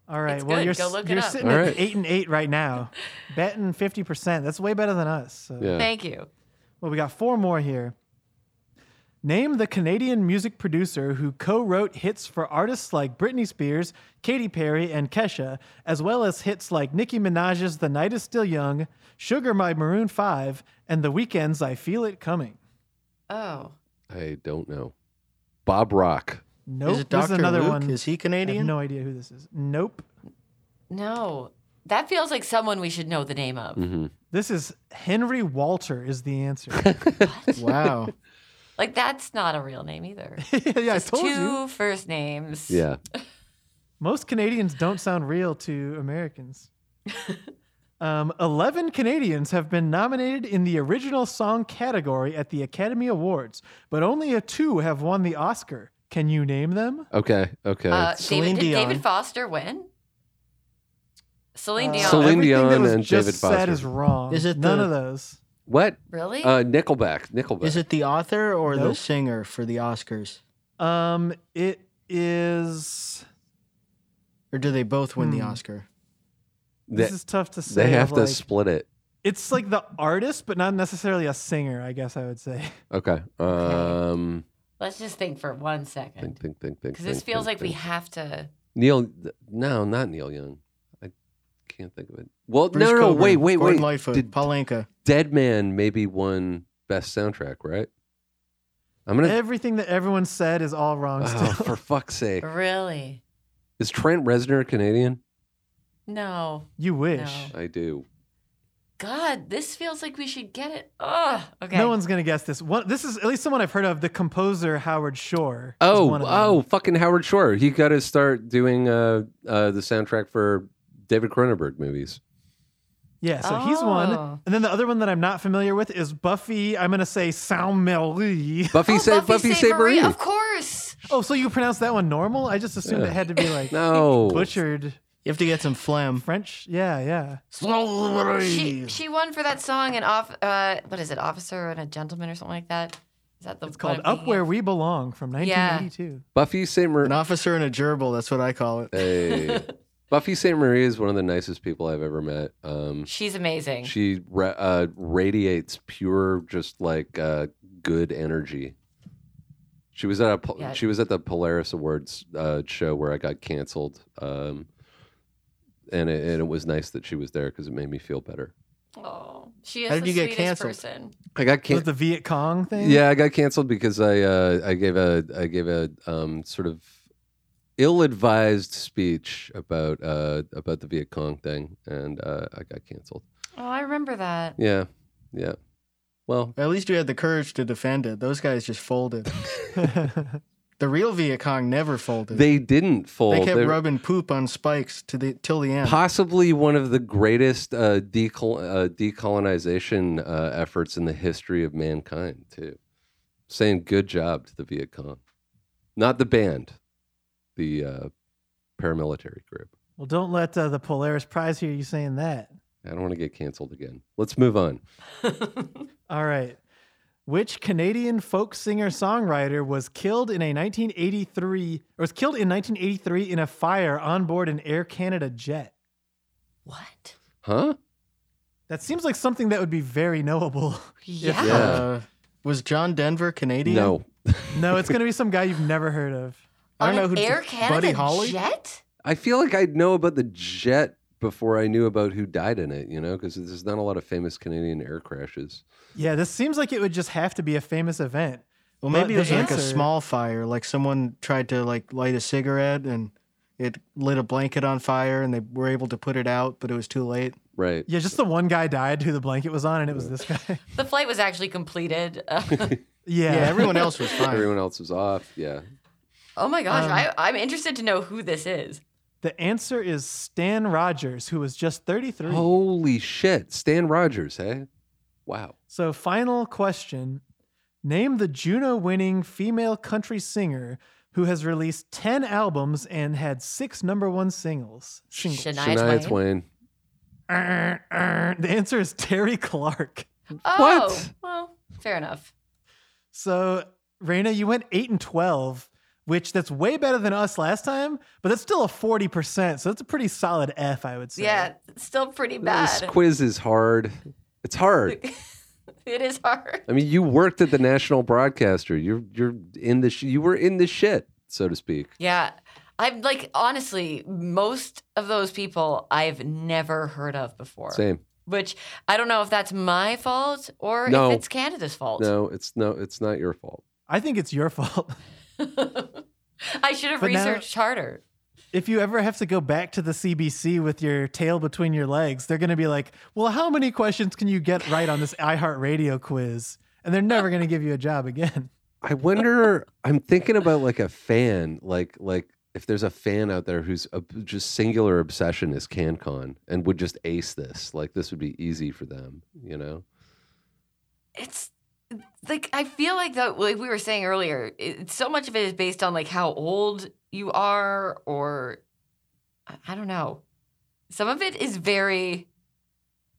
All right. It's well, good. you're Go s- look it you're up. sitting All at right. 8 and 8 right now. (laughs) Betting 50%. That's way better than us. So. Yeah. Thank you. Well, we got four more here. Name the Canadian music producer who co wrote hits for artists like Britney Spears, Katy Perry, and Kesha, as well as hits like Nicki Minaj's The Night Is Still Young, Sugar My Maroon 5, and The Weeknd's I Feel It Coming. Oh, I don't know. Bob Rock. Nope. Is it this Dr. is another Luke? one. Is he I have Canadian? (laughs) no idea who this is. Nope. no. That feels like someone we should know the name of. Mm-hmm. This is Henry Walter, is the (laughs) answer. (laughs) Wow. Like, that's not a real name (laughs) either. yeah, I Just told two you. first names. Yeah. Most Canadians don't sound real to Americans. (laughs) um, 11 Canadians have been nominated in the original song category at the Academy Awards, but only a two have won the Oscar. Can you name them? Okay. Okay. Uh, Celine David, did Dion. David Foster win? Celine Uh, Dion. Celine- everything Dion that was and just David said Foster. is wrong. Is it None the- of those. what? really? Uh, Nickelback. Nickelback. Is it the author or the Nope. singer for the Oscars? Um, it is. Or do they both win the Hmm. Oscar? They, this is tough to say. they have of, to like- split it. it's like the artist, but not necessarily a singer. I guess I would say. Okay. Um. Let's just think for one Think. second. Think. Think. Think. Because this think, feels like think, we think. have to. Neil. th- No, not Neil Young. I can't think of it. Well, Bruce no, no, Coburn, wait, wait, Gordon wait. Lightfoot, Did Paul Anka. Dead Man maybe won best soundtrack, right? I'm gonna. Everything that everyone said is all wrong. Oh, still. for fuck's sake! Really? Is Trent Reznor Canadian? No. (laughs) you wish. No. I do. God, this feels like we should get it. Ugh. Okay. No one's gonna guess this. One, this is at least someone I've heard of. The composer Howard Shore. is Oh, one of them. oh, fucking Howard Shore. He got to start doing uh, uh, the soundtrack for David Cronenberg movies. yeah. So he's one, Oh. and then the other one that I'm not familiar with is Buffy. I'm gonna say Saint Marie. Buffy Oh, say Buffy say Marie. Of course. (laughs) Oh, so you pronounce that one normal? I just assumed Yeah. it had to be like (laughs) No. butchered You have to get some phlegm. French. Yeah, yeah. She she won for that song and off. Uh, what is it? Officer and a gentleman or something like that. Is that the? It's called Up Where We Belong from 1982. Buffy Saint Marie. An officer and a gerbil, that's what I call it. Hey. Buffy Saint Marie is one of the nicest people I've ever met. Um, She's amazing. she ra- uh, radiates pure, just like uh, good energy. She was at a Pol- Yeah. she was at the Polaris Awards uh, show where I got canceled, um, and it, and it was nice that she was there because it made me feel better. oh, she is How did the you get sweetest canceled? person. I got Was it the Viet Cong thing? Yeah, I got canceled because I uh, I gave a I gave a um, sort of ill-advised speech about uh, about the Viet Cong thing, and uh, I got canceled. Oh, I remember that. Yeah, yeah. Well, At least you had the courage to defend it. Those guys just folded. the real Viet Cong never folded. they didn't fold. Mm. They kept They're rubbing poop on spikes to the till the end. Possibly one of the greatest uh, decol- uh, decolonization uh, efforts in the history of mankind, too. Saying good job to the Viet Cong, not the band, the uh, paramilitary group. (laughs) Well, don't let uh, the Polaris Prize hear you saying that. I don't want to get canceled again. Let's move on. All right. Which Canadian folk singer songwriter was killed in a 1983 or was killed in 1983 in a fire on board an Air Canada jet? What? Huh? That seems like something that would be very knowable. (laughs) Yeah. Yeah. Uh, was John Denver Canadian? No. no, it's going to be some guy you've never heard of. I On don't know an who Air Canada Buddy Holly. jet. I feel like I'd know about the jet before I knew about who died in it, you know, because there's not a lot of famous Canadian air crashes. Yeah, this seems like it would just have to be a famous event. Well, But maybe it the was like a answer- small fire, like someone tried to like light a cigarette and it lit a blanket on fire and they were able to put it out, but it was too late. Right. Yeah, just the one guy died who the blanket was on, and it was this guy. (laughs) The flight was actually completed. (laughs) yeah. (laughs) Yeah, everyone else was fine. Everyone else was off. Yeah. oh my gosh, Um, I, I'm interested to know who this is. the answer is Stan Rogers, who was just 33. Holy shit. Stan Rogers, hey? Wow. So, final question Name the Juno winning female country singer who has released 10 albums and had six number one singles. (laughs) Singles. Shania, Shania Twain. Twain. Err, err. The answer is Terry Clark. Oh, What? well, fair enough. So, Raina, you went 8 and 12, which that's way better than us last time, but that's still a 40%. So, that's a pretty solid F, I would say. Yeah, it's still pretty This bad. quiz is hard. It's hard. (laughs) it is hard. I mean, you worked at the national broadcaster. You're you're in the sh- you were in the shit, so to speak. Yeah. I'm like, honestly, most of those people I've never heard of before. Same. Which I don't know if that's my fault or No. if it's Canada's fault. No, it's no, it's not your fault. I think it's your (laughs) fault. (laughs) I should have But now- researched harder. if you ever have to go back to the CBC with your tail between your legs, they're going to be like, well, how many questions can you get right on this iHeartRadio quiz? And they're never going to give you a job again. I wonder. I'm thinking about like a fan, like like if there's a fan out there whose ob- just singular obsession is CanCon and would just ace this. Like this would be easy for them, you know? It's like, I feel like, though, like we were saying earlier, it, so much of it is based on like how old you are or I- I don't know. Some of it is very,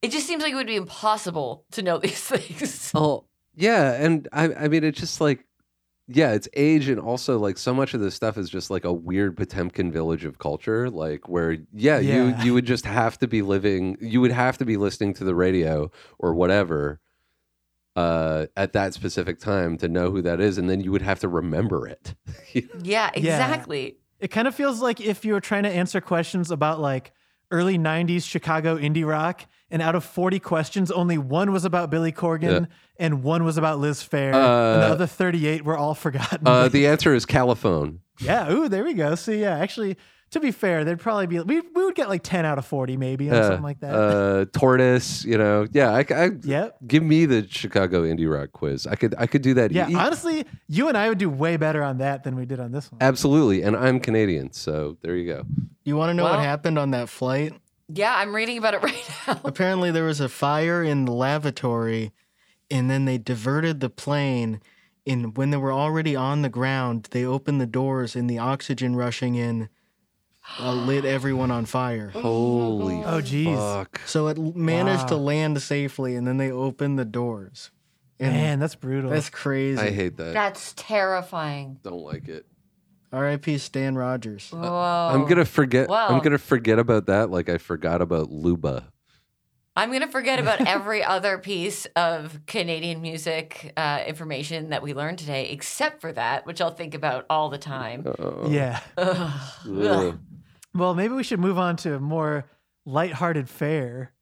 it just seems like it would be impossible to know (laughs) these things. Oh yeah, and I I mean it's just like yeah, it's age and also like so much of this stuff is just like a weird Potemkin village of culture, like where Yeah. yeah, you you would just have to be living you would have to be listening to the radio or whatever uh at that specific time to know who that is and then you would have to (laughs) remember it. Yeah, Yeah. exactly. It kind of feels like if you were trying to answer questions about like early 90s Chicago indie rock, and out of 40 questions, only one was about Billy Corgan and one was about Liz Fair. and the Uh, other 38 were all (laughs) forgotten. Uh the answer is caliphone. yeah. Ooh, there we go. So, yeah, actually, to be fair, there'd probably be, we, we would get like 10 out of 40 maybe or Uh, something like that. Uh tortoise, you know. Yeah, I, c- I- yep. give me the Chicago indie rock quiz. I could I could do that Yeah, e- honestly, you and I would do way better on that than we did on this one. Absolutely. And I'm Canadian. So there you go. You want to know Well- what happened on that flight? Yeah, I'm reading about it (laughs) right Uh, now. Apparently, there was a fire in the lavatory, and then they diverted the plane. And when they were already on the ground, they opened the doors, and the oxygen rushing in uh, lit everyone on fire. Holy Oh, geez. fuck. So it l- managed to Wow. land safely, and then they opened the doors. And Man, that's brutal. that's crazy. I hate that. That's terrifying. Don't like it. R.I.P. (laughs) Stan Rogers. Whoa. uh, I'm gonna forget I'm Oh, Well. gonna forget about that like I forgot about Luba. I'm gonna forget about every (laughs) other piece of Canadian music uh, information that we learned today, except for that, which I'll think about all the time. Uh, yeah. Ugh. ugh. Well, maybe we should move on to a more lighthearted fare.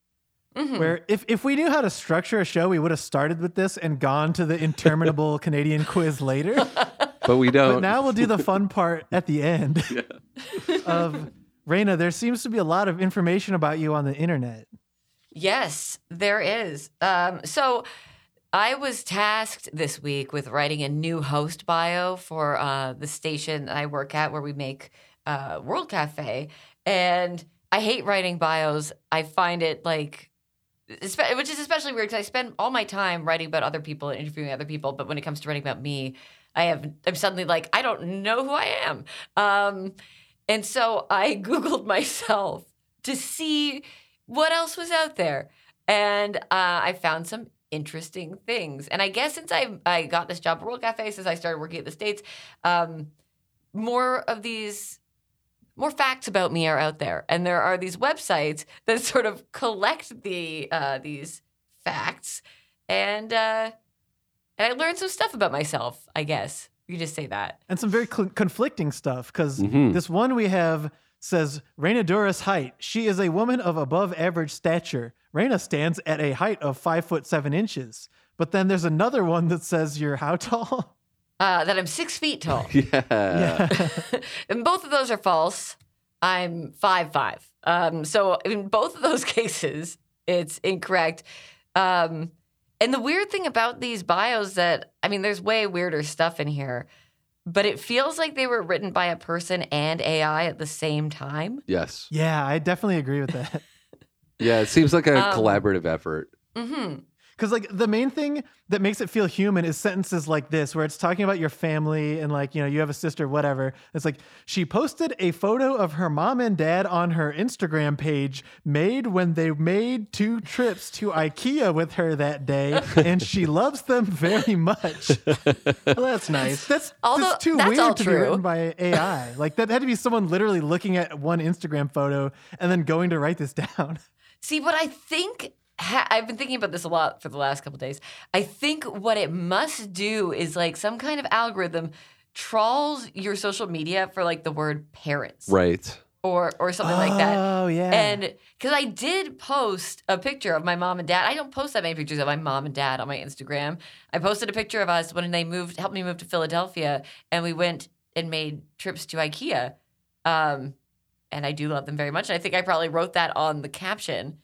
Mhm. Where if, if we knew how to structure a show, we would have started with this and gone to the (laughs) interminable Canadian quiz later. But we But don't now we'll do the fun part at the (laughs) end of Raina. There seems to be a lot of information about you on the internet. Yes, there is. Um, so I was tasked this week with writing a new host bio for uh, the station that I work at where we make uh, World Cafe. And I hate writing bios. I find it like, espe- which is especially weird because I spend all my time writing about other people and interviewing other people. But when it comes to writing about me, I have, I'm suddenly like, I don't know who I am. Um, and so I (laughs) Googled myself to see what else was out there. And uh, I found some interesting things. And I guess since I I got this job at World Cafe, since I started working at the States, um, more of these more facts about me are out there. And there are these websites that sort of collect the uh, these facts and uh, and I learned some stuff about myself, I guess. You just say that. and some very cl- conflicting stuff because Mhm. this one we have says Raina Duras height. She is a woman of above average stature. Raina stands at a height of five foot seven inches. But then there's another one that says you're how tall? (laughs) Uh, that I'm six feet tall. (laughs) yeah. Yeah. (laughs) and both of those are false. I'm five five. Um, so in both of those (laughs) cases, it's incorrect. Um, and the weird thing about these bios that I mean, there's way weirder stuff in here, but it feels like they were written by a person and AI at the same time. Yes. Yeah, I definitely agree with that. Yeah, it seems like a Um, collaborative effort. hmm Because like the main thing that makes it feel human is sentences like this, where it's talking about your family and like you know you have a sister, whatever. It's like she posted a photo of her mom and dad on her Instagram page, made when they made two trips to IKEA with her that day, and she loves them very much. Well, (laughs) that's nice. That's that's, Although, too that's all weird to be true. written by (laughs) AI. like that had to be someone literally looking at one Instagram photo and then going to write this down. See, what I think ha- I've been thinking about this a lot for the last couple days. I think what it must do is like some kind of algorithm trawls your social media for like the word parents Right. or or something like that. Oh yeah. And because I did post a picture of my mom and dad. I don't post that many pictures of my mom and dad on my Instagram. I posted a picture of us when they moved, helped me move to Philadelphia, and we went and made trips to IKEA. Um, and I do love them very much. And I think I probably wrote that on the caption.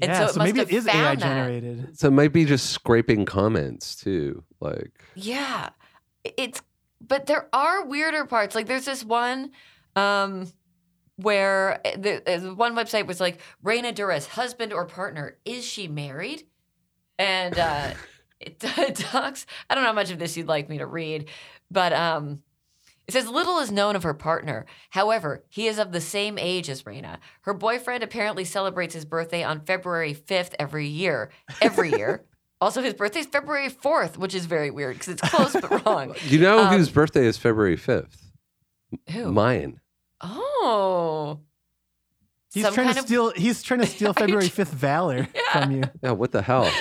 And yeah, so it must maybe have it is found AI that. generated. So it might be just scraping comments too. Like, Yeah. It's but there are weirder parts. Like there's this one um where uh, the uh, the one website was like Raina Duras, husband or partner, is she married? And uh it, it talks I don't know how much of this you'd like me to read, but um it says little is known of her partner. However, he is of the same age as Raina. Her boyfriend apparently celebrates his birthday on February 5th every year. Every year. Also, his birthday is February 4th, which is very weird because it's (laughs) close but wrong. you know Um, whose birthday is February 5th? Who? Mine. oh. He's Some trying kind to of- steal. He's trying (laughs) to steal I February ju- fifth (laughs) valor from you. We're Yeah, what the hell?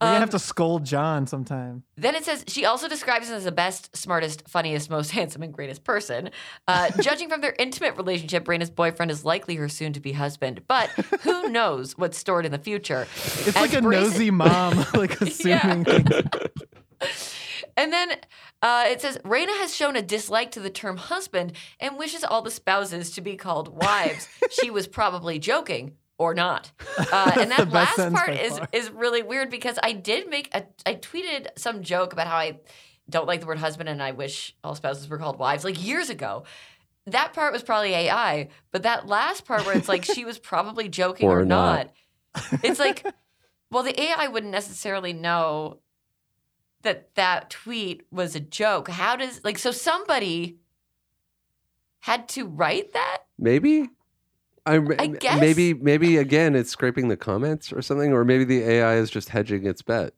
gonna Um, have to scold John sometime. Then it says she also describes him as the best, smartest, funniest, most (laughs) handsome, and greatest person. (laughs) Uh, judging from their intimate relationship, Raina's boyfriend is likely her soon-to-be husband, but (laughs) who knows what's stored in the future? It's like a (laughs) nosy mom, (laughs) like (laughs) assuming things. And then uh, it says Raina has shown a dislike to the term husband and wishes all the spouses to be called (laughs) wives. she was probably joking or not. Uh, and That's the best that last sentence part by is far. is really weird because I did make a I tweeted some joke about how I don't like the word husband and I wish all spouses were called wives like years ago. That part was probably AI, but that last part where it's like she (laughs) was probably joking Or or, not. not. It's (laughs) like well the AI wouldn't necessarily know that that tweet was a joke. How does like so somebody had to write that? Maybe? I, I guess. Maybe, maybe again, it's scraping the comments or something, or maybe the AI is just hedging its bet.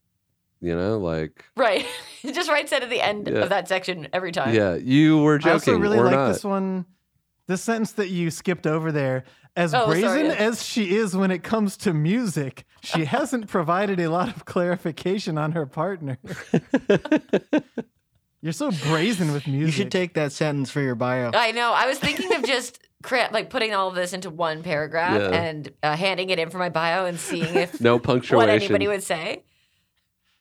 You know, like, Right. (laughs) It just writes that at the end Yeah. of that section every time. yeah, you were joking I also really or like not. this one. This sentence that you skipped over there. As Oh, sorry, brazen yeah. as she is when it comes to music, (laughs) she hasn't provided a lot of clarification on her (laughs) partner. You're so brazen with music. You should take that sentence for your bio. I know. I was thinking of just cra- like putting all of this into one paragraph Yeah. and uh, handing it in for my bio and seeing (laughs) if (laughs) No what punctuation. anybody would say.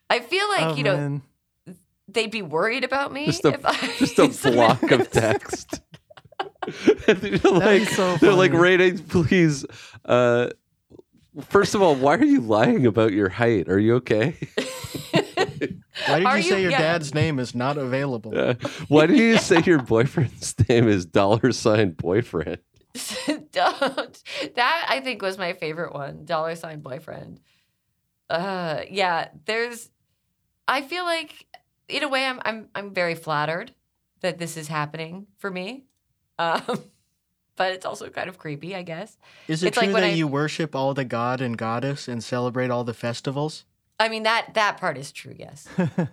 I feel like, Oh, you know, man. they'd be worried about me Just a- if I (laughs) just a submitted block this. (laughs) of text. (laughs) they're like, so they're like funny. rating, please. Uh, first of all, why are you lying about your height? Are you okay? (laughs) Why did Are you you- say your yeah. dad's name is not available? Uh, (laughs) why did you say your boyfriend's (laughs) name is dollar sign boyfriend? don't. That I think was my favorite one. Dollar sign boyfriend. Uh, yeah. There's. I feel like, in a way, I'm I'm I'm very flattered that this is happening for me, (laughs) um, but it's also kind of creepy, I guess. Is it It's true like when that I- you worship all the god and goddess and celebrate all the festivals? I mean that that part is true. Yes. Uh, You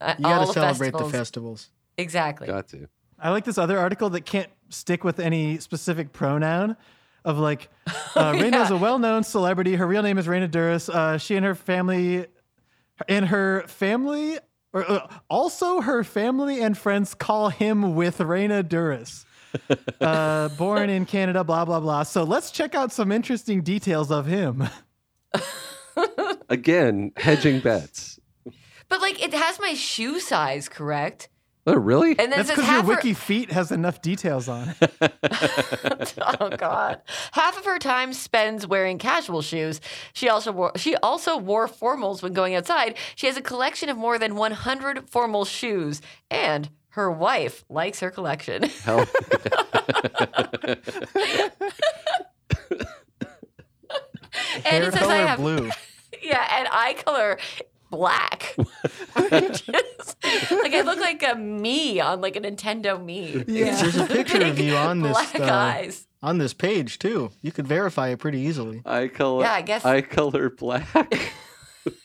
got all to the celebrate the festivals- festivals. Exactly. Got to. I like this other article that can't stick with any specific pronoun of like, uh, (laughs) Raina is yeah. a well known celebrity. Her real name is Raina Duras. Uh, she and her family, and her family, or uh, also her family and friends call him with Raina (laughs) Duras. uh, born in Canada, blah, blah, blah. So let's check out some interesting details of him. Again, hedging bets. But like, it has my shoe size correct. Oh, really? And then That's it says because your half wiki feet has enough details on it. her, (laughs) oh god, half of her time spends wearing casual shoes. She also wore she also wore formals when going outside. She has a collection of more than 100 formal shoes, and her wife likes her (laughs) collection. (laughs) Hell. and Hair it says color I have (laughs) blue. yeah, and eye color (laughs) black. Just- like I look like a me on like a Nintendo me. Yeah. There's a picture (laughs) of Big you on this black uh, eyes. (laughs) on this page too. You could verify it pretty easily. Eye color. Yeah, I guess- Eye (laughs) color black.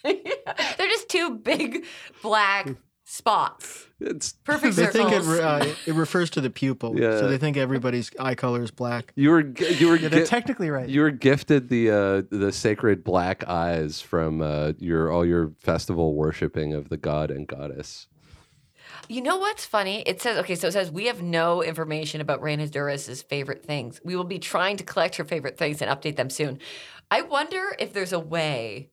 They're just two big black spots. It's Perfect Hmm. (laughs) They circles. think it, (laughs) re- uh, it refers to the pupil, Yeah. so they think everybody's eye color is black. you were g- you were Yeah, they're gi- technically right. you were gifted the uh, the sacred black eyes from uh, your all your festival worshiping of the god and goddess. You know what's funny? It says okay, so it says we have no information about Raina Duras' favorite things. We will be trying to collect her favorite things and update them soon. I wonder if there's a way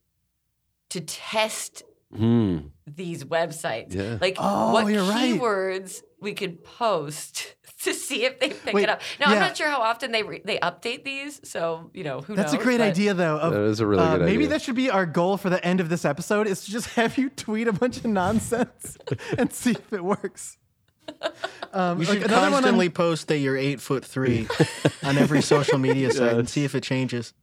to test Hmm. these websites. Yeah. Like Oh, what you're right. keywords we could post (laughs) to see if they pick Wait, it up. Now yeah. I'm not sure how often they re- they update these, so you know who That's knows, a great but- idea, though. Of, That is a really uh, good maybe idea. that should be our goal for the end of this episode: is to just (laughs) have you tweet a bunch of (laughs) nonsense and see if it works. Um, You like should another one I'm- constantly post that you're eight (laughs) foot three on every social media site and Yes. see if it changes.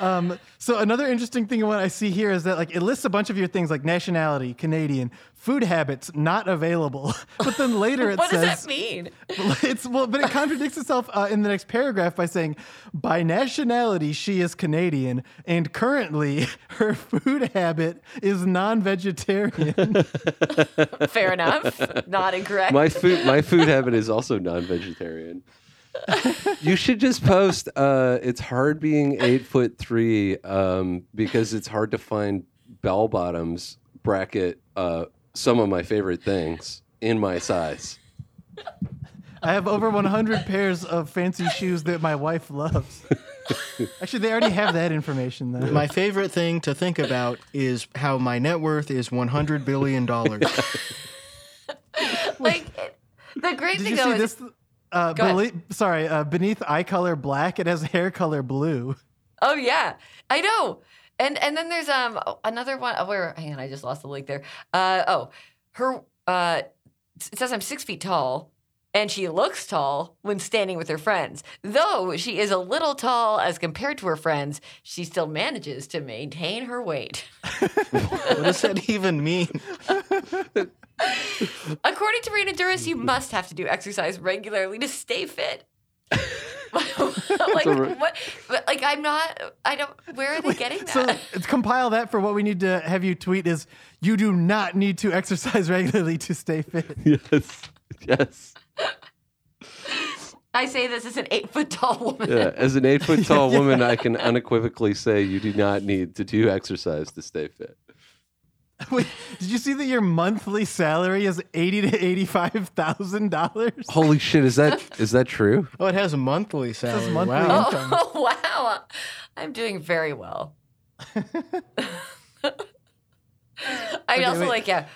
Um, so another interesting thing what I see here is that like it lists a bunch of your things like nationality, Canadian, food habits not available, (laughs) but then later it (laughs) What does says that mean? (laughs) it's well, but it contradicts itself uh, in the next paragraph by saying by nationality she is Canadian and currently (laughs) her food habit is non-vegetarian. (laughs) Fair enough. Not incorrect. My food my food habit is also non-vegetarian. you should just post uh it's hard being eight foot three um because it's hard to find bell bottoms bracket uh some of my favorite things in my size. I have over 100 pairs of fancy shoes that my wife loves. Actually, they already have that information though. My favorite thing to think about is how my net worth is one hundred billion dollars. like it- the great Did thing you though see is this? Uh, Go ahead. belie- sorry, uh, beneath eye color black, it has hair color blue. oh yeah, I know. And and then there's um oh, another one. Oh, where hang on, I just lost the link there. Uh oh, her uh it says I'm six feet tall. And she looks tall when standing with her friends. Though she is a little tall as compared to her friends, she still manages to maintain her weight. what does that even mean? According to Rena Duras, you must have to do exercise regularly to stay fit. (laughs) like a re- what? but, Like I'm not. I don't. Where are they getting that? (laughs) So let's compile that for what we need to have you tweet is you do not need to exercise regularly to stay fit. (laughs) (laughs) Yes. Yes. I say this as an eight foot tall woman. (laughs) Yeah. As an eight foot tall woman, I can unequivocally say you do not need to do exercise to stay fit. Wait, did you see that your monthly salary is eighty to eighty-five thousand dollars? Holy shit, is (laughs) that is that true? Oh, it has a monthly salary. monthly. Wow. Oh, (laughs) wow. I'm doing very well. (laughs) I Okay, also wait. like, yeah.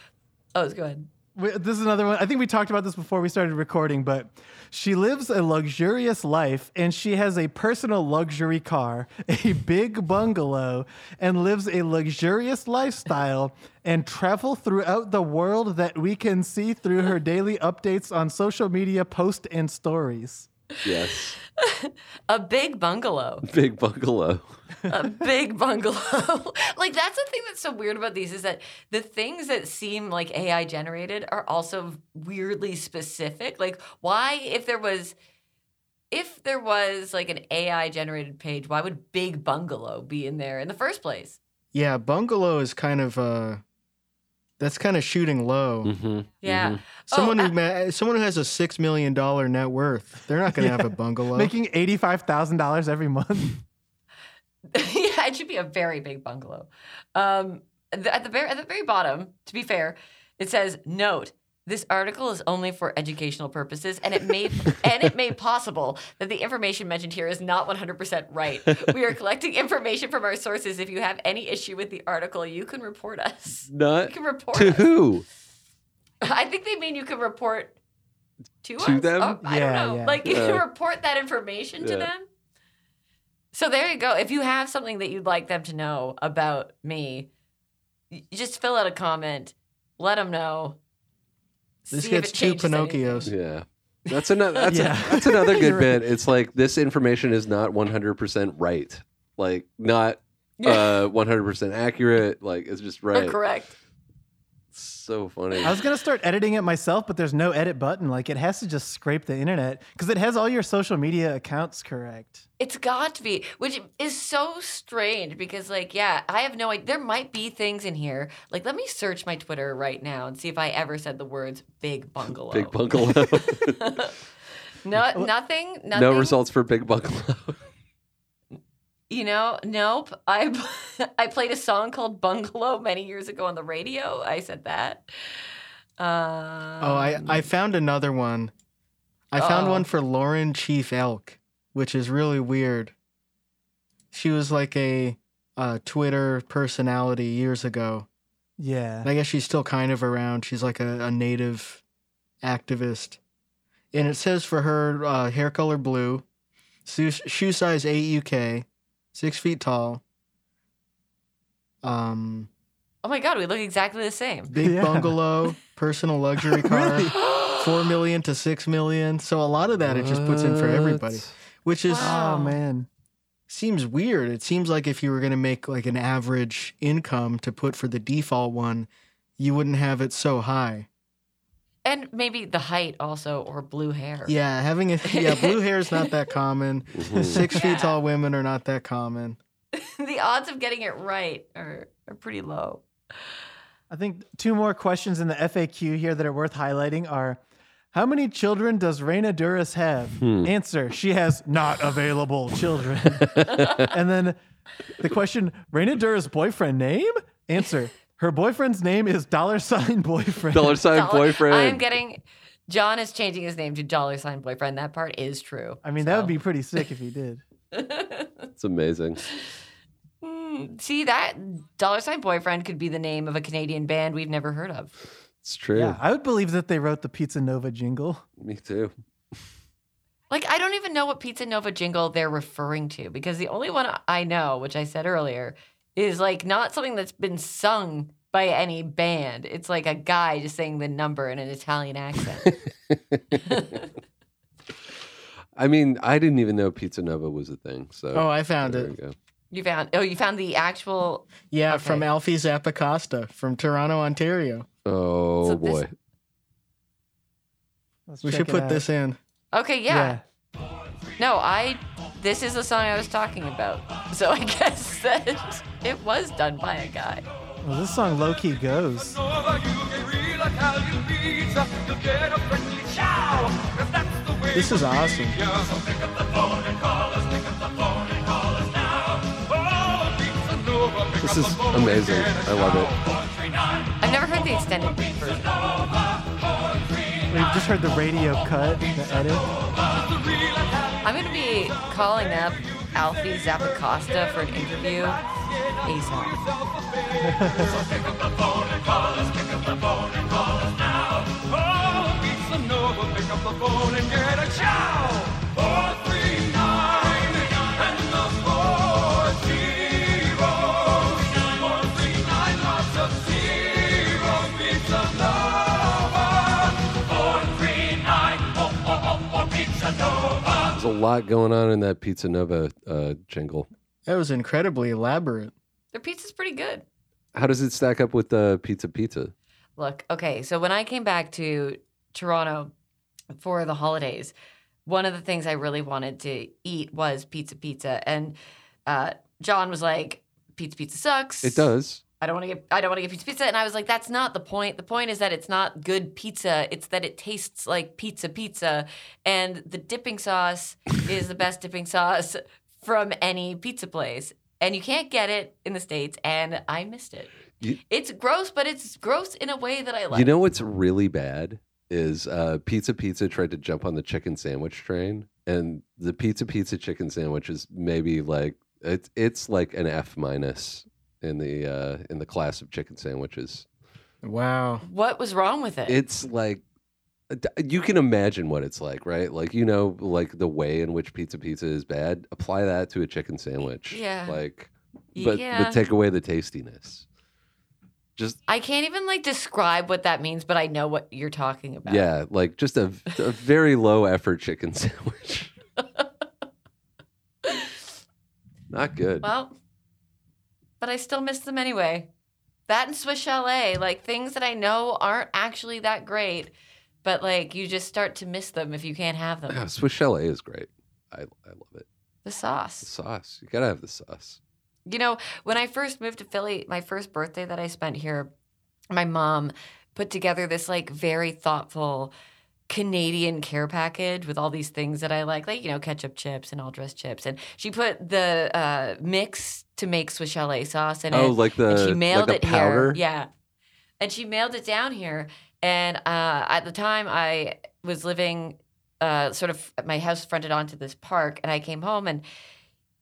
Oh, go ahead. We- This is another one. I think we talked about this before we started recording, but she lives a luxurious life and she has a personal luxury car, (laughs) a big bungalow, and lives a luxurious lifestyle and travel throughout the world that we can see through her daily updates on social media posts and stories. Yes. A big bungalow. Big bungalow. (laughs) a big bungalow. (laughs) like that's the thing that's so weird about these is that the things that seem like AI generated are also weirdly specific. Like why if there was if there was like an AI generated page, why would big bungalow be in there in the first place? Yeah, bungalow is kind of uh that's kind of shooting low. Mm-hmm. Yeah. Mm. Oh, Someone uh, who ma- someone who has a six million dollar net worth, they're not going to have a bungalow. Making $85,000 every month. (laughs) yeah, it should be a very big bungalow. Um, the, at the very at the very bottom, to be fair, it says note. This article is only for educational purposes, and it may and it may possible that the information mentioned here is not 100% right. We are collecting information from our sources. If you have any issue with the article, you can report us. Not (laughs) You can report to us. who? (laughs) I think they mean you can report to, To us. them? Oh, I don't Yeah, know. yeah. Like you Yeah. can report that information to Yeah. them. So there you go. If you have something that you'd like them to know about me, y- you just fill out a comment. Let them know. This See if gets it two changes anything. Pinocchios. Yeah. That's (laughs) another that's, a- Yeah. that's another good (laughs) You're right. bit. It's like this information is not 100% right. Like not uh 100% accurate, like it's just Or right. correct. So funny. I was gonna start editing it myself, but there's no edit button. Like it has to just scrape the internet because it has all your social media accounts correct. It's got to be, which is so strange because, like, yeah, I have no idea. There might be things in here. Like, let me search my Twitter right now and see if I ever said the words "big bungalow." Big Bungalow. (laughs) (laughs) No, nothing. Nothing. no results for Big Bungalow. You know, nope. I (laughs) I played a song called "Bungalow" many years ago on the radio. I said that. Uh, Oh, I, Mm. I found another one. I found Uh-oh. one for Lauren Chief Elk, which is really weird. She was like a uh, Twitter personality years ago. Yeah. And I guess she's still kind of around. She's like a, a native activist. And it says for her uh, hair color blue, shoe, shoe size 8 UK, six feet tall. Um, oh my god, we look exactly the same. (gasps) (laughs) big Yeah. bungalow, personal luxury car, (laughs) Really? four million to six million. So a lot of that it just puts in for everybody, What? which is Wow. Oh man. seems weird. It seems like if you were going to make like an average income to put for the default one, you wouldn't have it so high. And maybe the height also, or blue hair. Yeah, having a yeah, blue hair is not that common. Mhm. Six Yeah. feet tall women are not that common. (laughs) the odds of getting it right are, are pretty low. I think two more questions in the FAQ here that are worth highlighting are how many children does Raina Duras have? Hmm. Answer, she has not available children. (laughs) and then the question, Raina Duras boyfriend name? Answer, her boyfriend's name is dollar sign (laughs) boyfriend. (laughs) Dollar sign Dollar- boyfriend. I am getting. John is changing his name to Dollar Sign Boyfriend. That part is true. I mean, that would be pretty sick if he (laughs) did. it's amazing. Hmm, See that Dollar Sign Boyfriend could be the name of a Canadian band we've never heard of. It's true. Yeah, I would believe that they wrote the Pizza Nova jingle. Me too. Like I don't even know what Pizza Nova jingle they're referring to because the only one I know, which I said earlier, is like not something that's been sung by any band. It's like a guy just saying the number in an Italian accent. I mean, I didn't even know Pizza Nova was a thing. So Oh, I found there we it. go. you found oh, you found the actual Yeah, from Okay. Alfie Zappacosta from Toronto, Ontario. Oh So this- boy. Let's We check should it put out. this in. Okay, yeah. No, I. This is the song I was talking about. So I (laughs) guess that it was done by a guy. yeah. Well, this song low key goes. Nova, you get real Italian pizza. You'll get a friendly chow. 'Cause that's the way This is we awesome. are. So pick up the phone and call us. Pick up the phone and call us now. Oh, Pizza Nova, pick This up is the phone and amazing. get a I love it. chow. 139. I've never heard the extended version. We've just heard the radio cut, the edit. I'm gonna be calling up Alfie Zappacosta for an interview ASAP. Oh, Pizza Nova, pick up the phone and get a chow. 439 and the 40. 439, lots of zero. Pizza Nova. 439, oh, oh, oh, oh, Pizza Nova. There's a lot going on in that Pizza Nova uh, jingle. That was incredibly elaborate. Their pizza's pretty good. How does it stack up with the Pizza Pizza? Look, okay, so when I came back to Toronto for the holidays, one of the things I really wanted to eat was pizza pizza. And uh, John was like, Pizza pizza sucks. It does. I don't want to get I don't want to get pizza pizza and I was like that's not the point. The point is that it's not good pizza. It's that it tastes like pizza pizza and the dipping sauce is the best dipping sauce from any pizza place. And you can't get it in the states and I missed it. You- it's gross but it's gross in a way that I like. You know what's really bad is uh, Pizza Pizza tried to jump on the chicken sandwich train, and the Pizza Pizza chicken sandwich is maybe like it's it's like an F minus in the uh, in the class of chicken sandwiches. Wow. What was wrong with it? It's like you can imagine what it's like, right? Like you know, like the way in which pizza pizza is bad. Apply that to a chicken sandwich. Yeah. Like, but yeah. but take away the tastiness. Just I can't even like describe what that means, but I know what you're talking about. yeah, like just a, a very low effort chicken (laughs) sandwich. Not good. Well, but I still miss them anyway. That and Swiss Chalet, like things that I know aren't actually that great, but like you just start to miss them if you can't have them. Yeah, Swiss chalet is great. I I love it. The The sauce. sauce. You gotta have the sauce. You know, when I first moved to Philly, my first birthday that I spent here, my mom put together this like very thoughtful Canadian care package with all these things that I like, like, you know, ketchup chips and all dressed chips. And she put the uh, mix to make Swiss chalet sauce in it. oh, like the and she mailed like it a powder. here. Yeah, and she mailed it down here. And uh, at the time, I was living uh, sort of my house fronted onto this park, and I came home and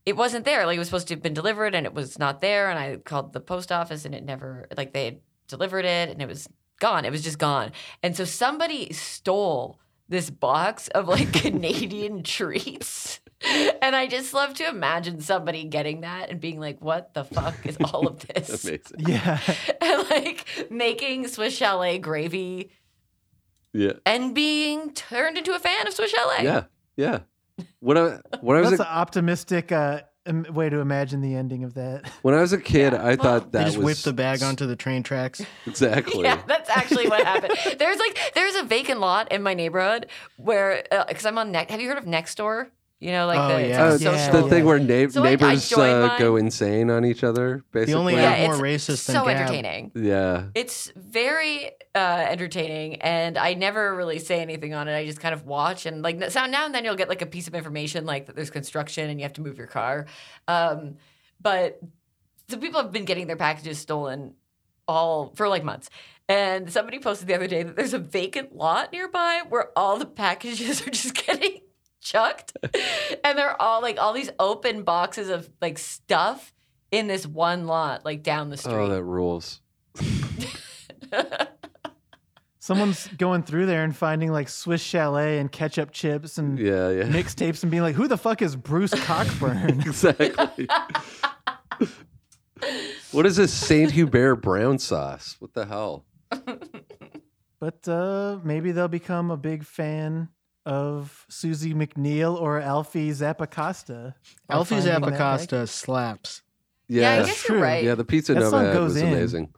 it wasn't there. Like it was supposed to have been delivered, and it was not there. And I called the post office, and it never like they had delivered it, and it was gone. It was just gone. And so somebody stole this box of like (laughs) Canadian treats. And I just love to imagine somebody getting that and being like, what the fuck is all of this? Amazing. (laughs) Yeah. (laughs) and like making Swiss Chalet gravy Yeah. and being turned into a fan of Swiss Chalet. Yeah. Yeah. When I when I was That's a, an optimistic uh, im- way to imagine the ending of that. (laughs) when I was a kid, I thought They that just was whipped the bag onto the train tracks. (laughs) exactly. (laughs) Uh, Yeah, that's actually what happened. There's like there's a vacant lot in my neighborhood where because I'm on next. Have you heard of Next Door? You know, like Oh, the, yeah. Uh, it's a Yeah. it's social. the thing where na- So I- I neighbors joined uh, mine. go insane on each other. Basically, The only Yeah, app more it's racist than so Gab. entertaining. yeah. It's very uh, entertaining, and I never really say anything on it. I just kind of watch and like so now and then you'll get like a piece of information like that there's construction and you have to move your car. Um, but so people have been getting their packages stolen all for like months. And somebody posted the other day that there's a vacant lot nearby where all the packages (laughs) are just getting chucked, and they're all like all these open boxes of like stuff in this one lot like down the street. Oh, that rules. (laughs) Someone's going through there and finding like Swiss chalet and ketchup chips Mm. and Yeah. (laughs) Yeah. (laughs) mixtapes and being like, who the fuck is Bruce (laughs) Cockburn? exactly. what is this Saint Hubert brown sauce? What the hell? but uh, maybe they'll become a big fan of Susie McNeil or Alfie Zappacosta. I'll Alfie's find them that Apicosta slaps. Yeah, Yeah. I guess That's you're true. right. Yeah, the pizza That Nova song had goes was in. amazing.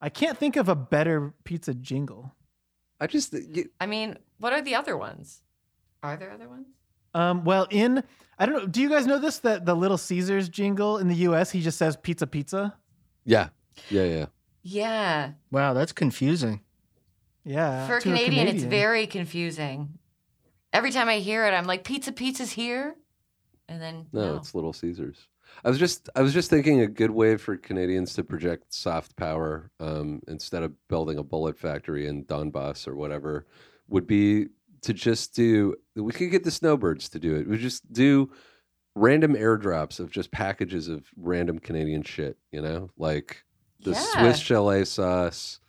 I can't think of a better pizza jingle. I just you, I mean, what are the other ones? Are there other ones? Um, well, in I don't know. Do you guys know this? That the Little Caesars jingle in the U.S. He just says pizza, pizza. yeah, yeah, yeah. Yeah. Wow, that's confusing. Uh, Yeah. For a to a Canadian, it's very confusing. Every time I hear it, I'm like, pizza, pizza's here. And then, No, no. it's Little Caesars. I was just I was just thinking a good way for Canadians to project soft power um, instead of building a bullet factory in Donbass or whatever would be to just do we could get the snowbirds to do it. We just do random airdrops of just packages of random Canadian shit, you know? Like the yeah. Swiss chalet sauce,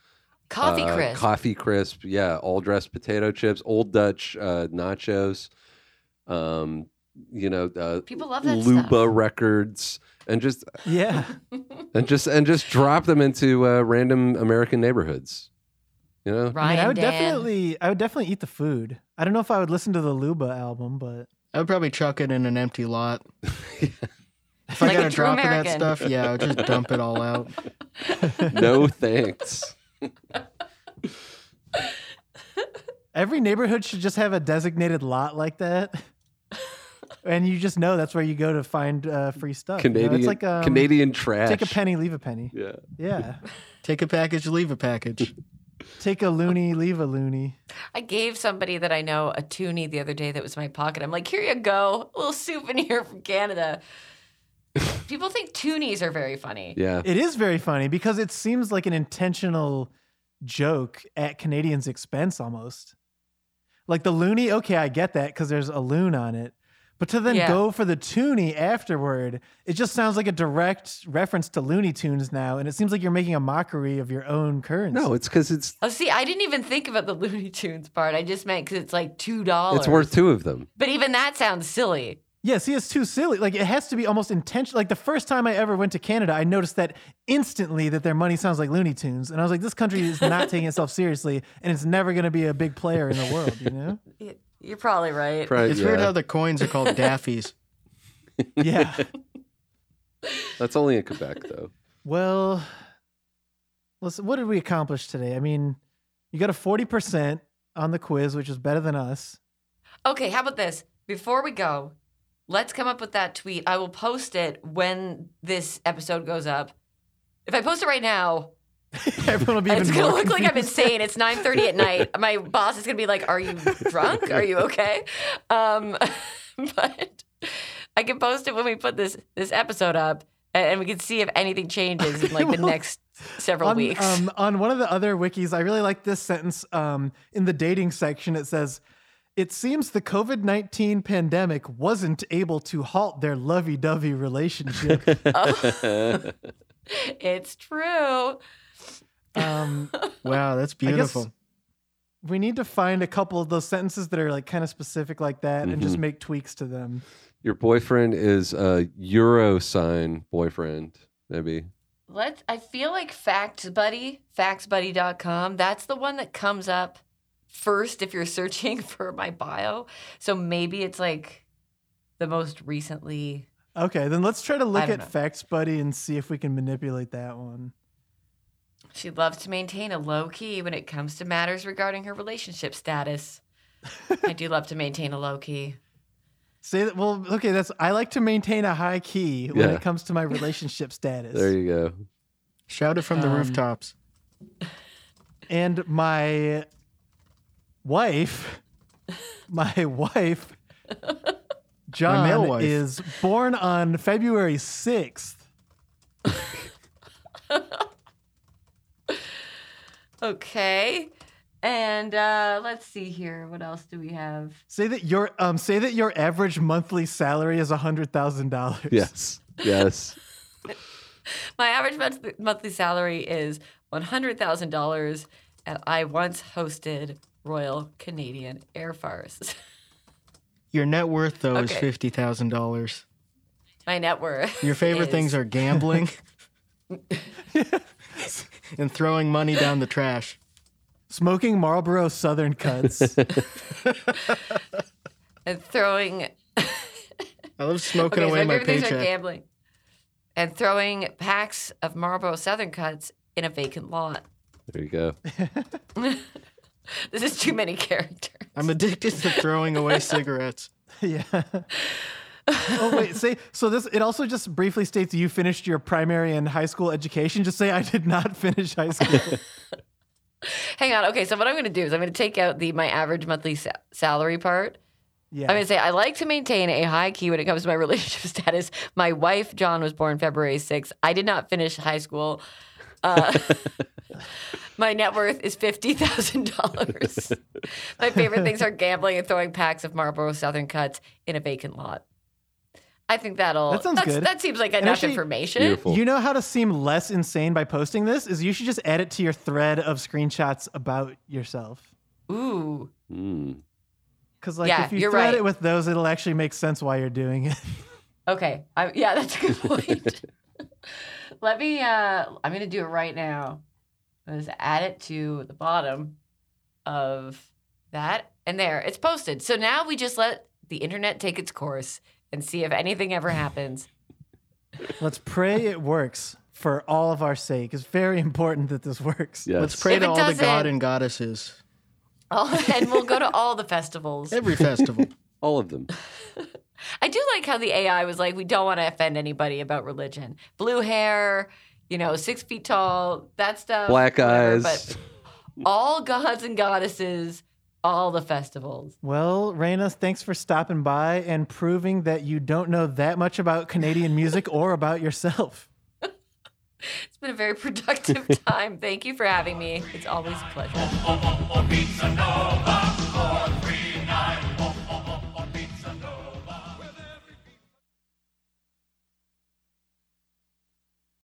Coffee uh, crisp. coffee crisp, yeah, all dressed potato chips, old Dutch uh, nachos, um, you know, uh, People love that Luba stuff. records, and just Yeah. and just and just drop them into uh, random American neighborhoods. You know, I, mean, Ryan I would Dan. definitely, I would definitely eat the food. I don't know if I would listen to the Luba album, but I would probably chuck it in an (laughs) empty lot. If Like I a got true a drop of American. that stuff, yeah, I would just dump it all out. no thanks. every neighborhood should just have a designated lot like that, and you just know that's where you go to find uh, free stuff. you know? Canadian it's like um, Canadian trash. Take a penny, leave a penny. Yeah. (laughs) Yeah. Take a package, leave a package. Take a loony, leave a loony. I gave somebody that I know a toonie the other day that was in my pocket. I'm like, here you go, a little souvenir from (laughs) Canada. People think toonies are very funny. Yeah. It is very funny because it seems like an intentional joke at Canadians' expense almost. Like the loony, okay, I get that because there's a loon on it. But to then Yeah. go for the Toonie afterward, it just sounds like a direct reference to Looney Tunes now, and it seems like you're making a mockery of your own currency. No, it's because it's Oh, see, I didn't even think about the Looney Tunes part. I just meant because it's like two dollars. it's worth two of them. But even that sounds silly. Yeah, see, it's too silly. Like it has to be almost intentional. Like the first time I ever went to Canada, I noticed that instantly that their money sounds like Looney Tunes, and I was like, this country is not taking itself seriously, and it's never going to be a big player in the world. You know? Y- You're probably right. Probably, It's weird yeah. how the coins (laughs) are called daffies. Yeah. That's only in Quebec though. Well, listen, what did we accomplish today? I mean, you got a forty percent on the quiz, which is better than us. (laughs) Okay, how about this? Before we go, let's come up with that tweet. I will post it when this episode goes up. If I post it right now, Everyone will be even it's more gonna look like I'm confused. insane. It's 9:30 (laughs) at night. My boss is gonna be like, "Are you drunk? Are you okay?" Um, (laughs) but I can post it when we put this this episode up, and, and we can see if anything changes in like (laughs) the Well, next several on, weeks. Um, on one of the other wikis, I really like this sentence. Um, in the dating section, it says, "It seems the COVID nineteen pandemic wasn't able to halt their lovey-dovey relationship." (laughs) it's true. um, Wow, guess- that's beautiful. we need to find a couple of those sentences that are like kind of specific like that, and just Mhm. make tweaks to them. (laughs) Your boyfriend is a euro sign boyfriend, maybe. Let's. I feel like Facts Buddy, FactsBuddy.com. That's the one that comes up first if you're (laughs) searching for my bio. So maybe it's like the most recently Okay, then let's try to look don't at know. Facts Buddy and see if we can manipulate that one. She loves to maintain a low key when it comes to matters regarding her relationship status. I do love to maintain a low key. Say that. Well, okay. That's I like to maintain a high key when Yeah. it comes to (laughs) my relationship status. There you go. Shout it from the um, rooftops. and my wife, (laughs) my wife, (laughs) John male wife. is born on February sixth. Okay. And uh, let's see here. What else do we have? Say that your um say that your average monthly salary is hundred thousand dollars. Yes. Yes. My average month- monthly salary is $100,000, and I once hosted Royal Canadian Air Force. (laughs) Your net worth though is Okay. fifty thousand dollars. My net worth. Your favorite is- things (laughs) are gambling and throwing money down the trash. Smoking Marlboro Southern (laughs) cuts. and throwing I love smoking Okay, so away my favorite things are paycheck. gambling and throwing packs of Marlboro Southern cuts in a vacant lot. (laughs) There you go. This is too many (laughs) characters. I'm addicted to (laughs) throwing away cigarettes. yeah. (laughs) oh wait, say so this it also just briefly states you finished your primary and high school education. Just say I did not (laughs) finish high (laughs) school. Hang on. Okay, so what I'm going to do is I'm going to take out the my average monthly sa- salary part. Yeah. I'm going to say I like to maintain a high key when it comes to my (laughs) relationship status. My wife John was born February 6th. I did not finish high school. Uh, (laughs) my net worth is fifty thousand (laughs) dollars. My favorite things are gambling and throwing packs of Marlboro Southern cuts in a vacant lot. I think that'll. That sounds that's- good. That seems like enough actually- information. Beautiful. You know how to seem less insane by posting this is you should just add it to your thread of screenshots about yourself. Ooh. Mm. Because like Yeah, if you you're thread right. it with those, it'll actually make sense why you're doing (laughs) it. Okay. I, yeah, (laughs) that's a good point. Let me. Uh, I'm gonna do it right now. Let's add it to the bottom of that, and there, it's posted. So now we just let the internet take its course and see if anything ever happens. Let's pray it works for all of our sake. It's very important that this works. Yes. Let's pray If to it all the doesn't- god and goddesses. All, and we'll (laughs) go to all the festivals. Every festival. All of them. I do like how the AI was like, we don't want to offend anybody about religion. Blue hair, you know, six feet tall, that stuff. Black whatever, eyes. But all (laughs) gods and goddesses, all the festivals. Well, Raina, thanks for stopping by and proving that you don't know that much about Canadian music or about yourself. It's been a very (laughs) productive time. Thank you for having me. It's always a pleasure. Oh, oh, oh, pizza Nova.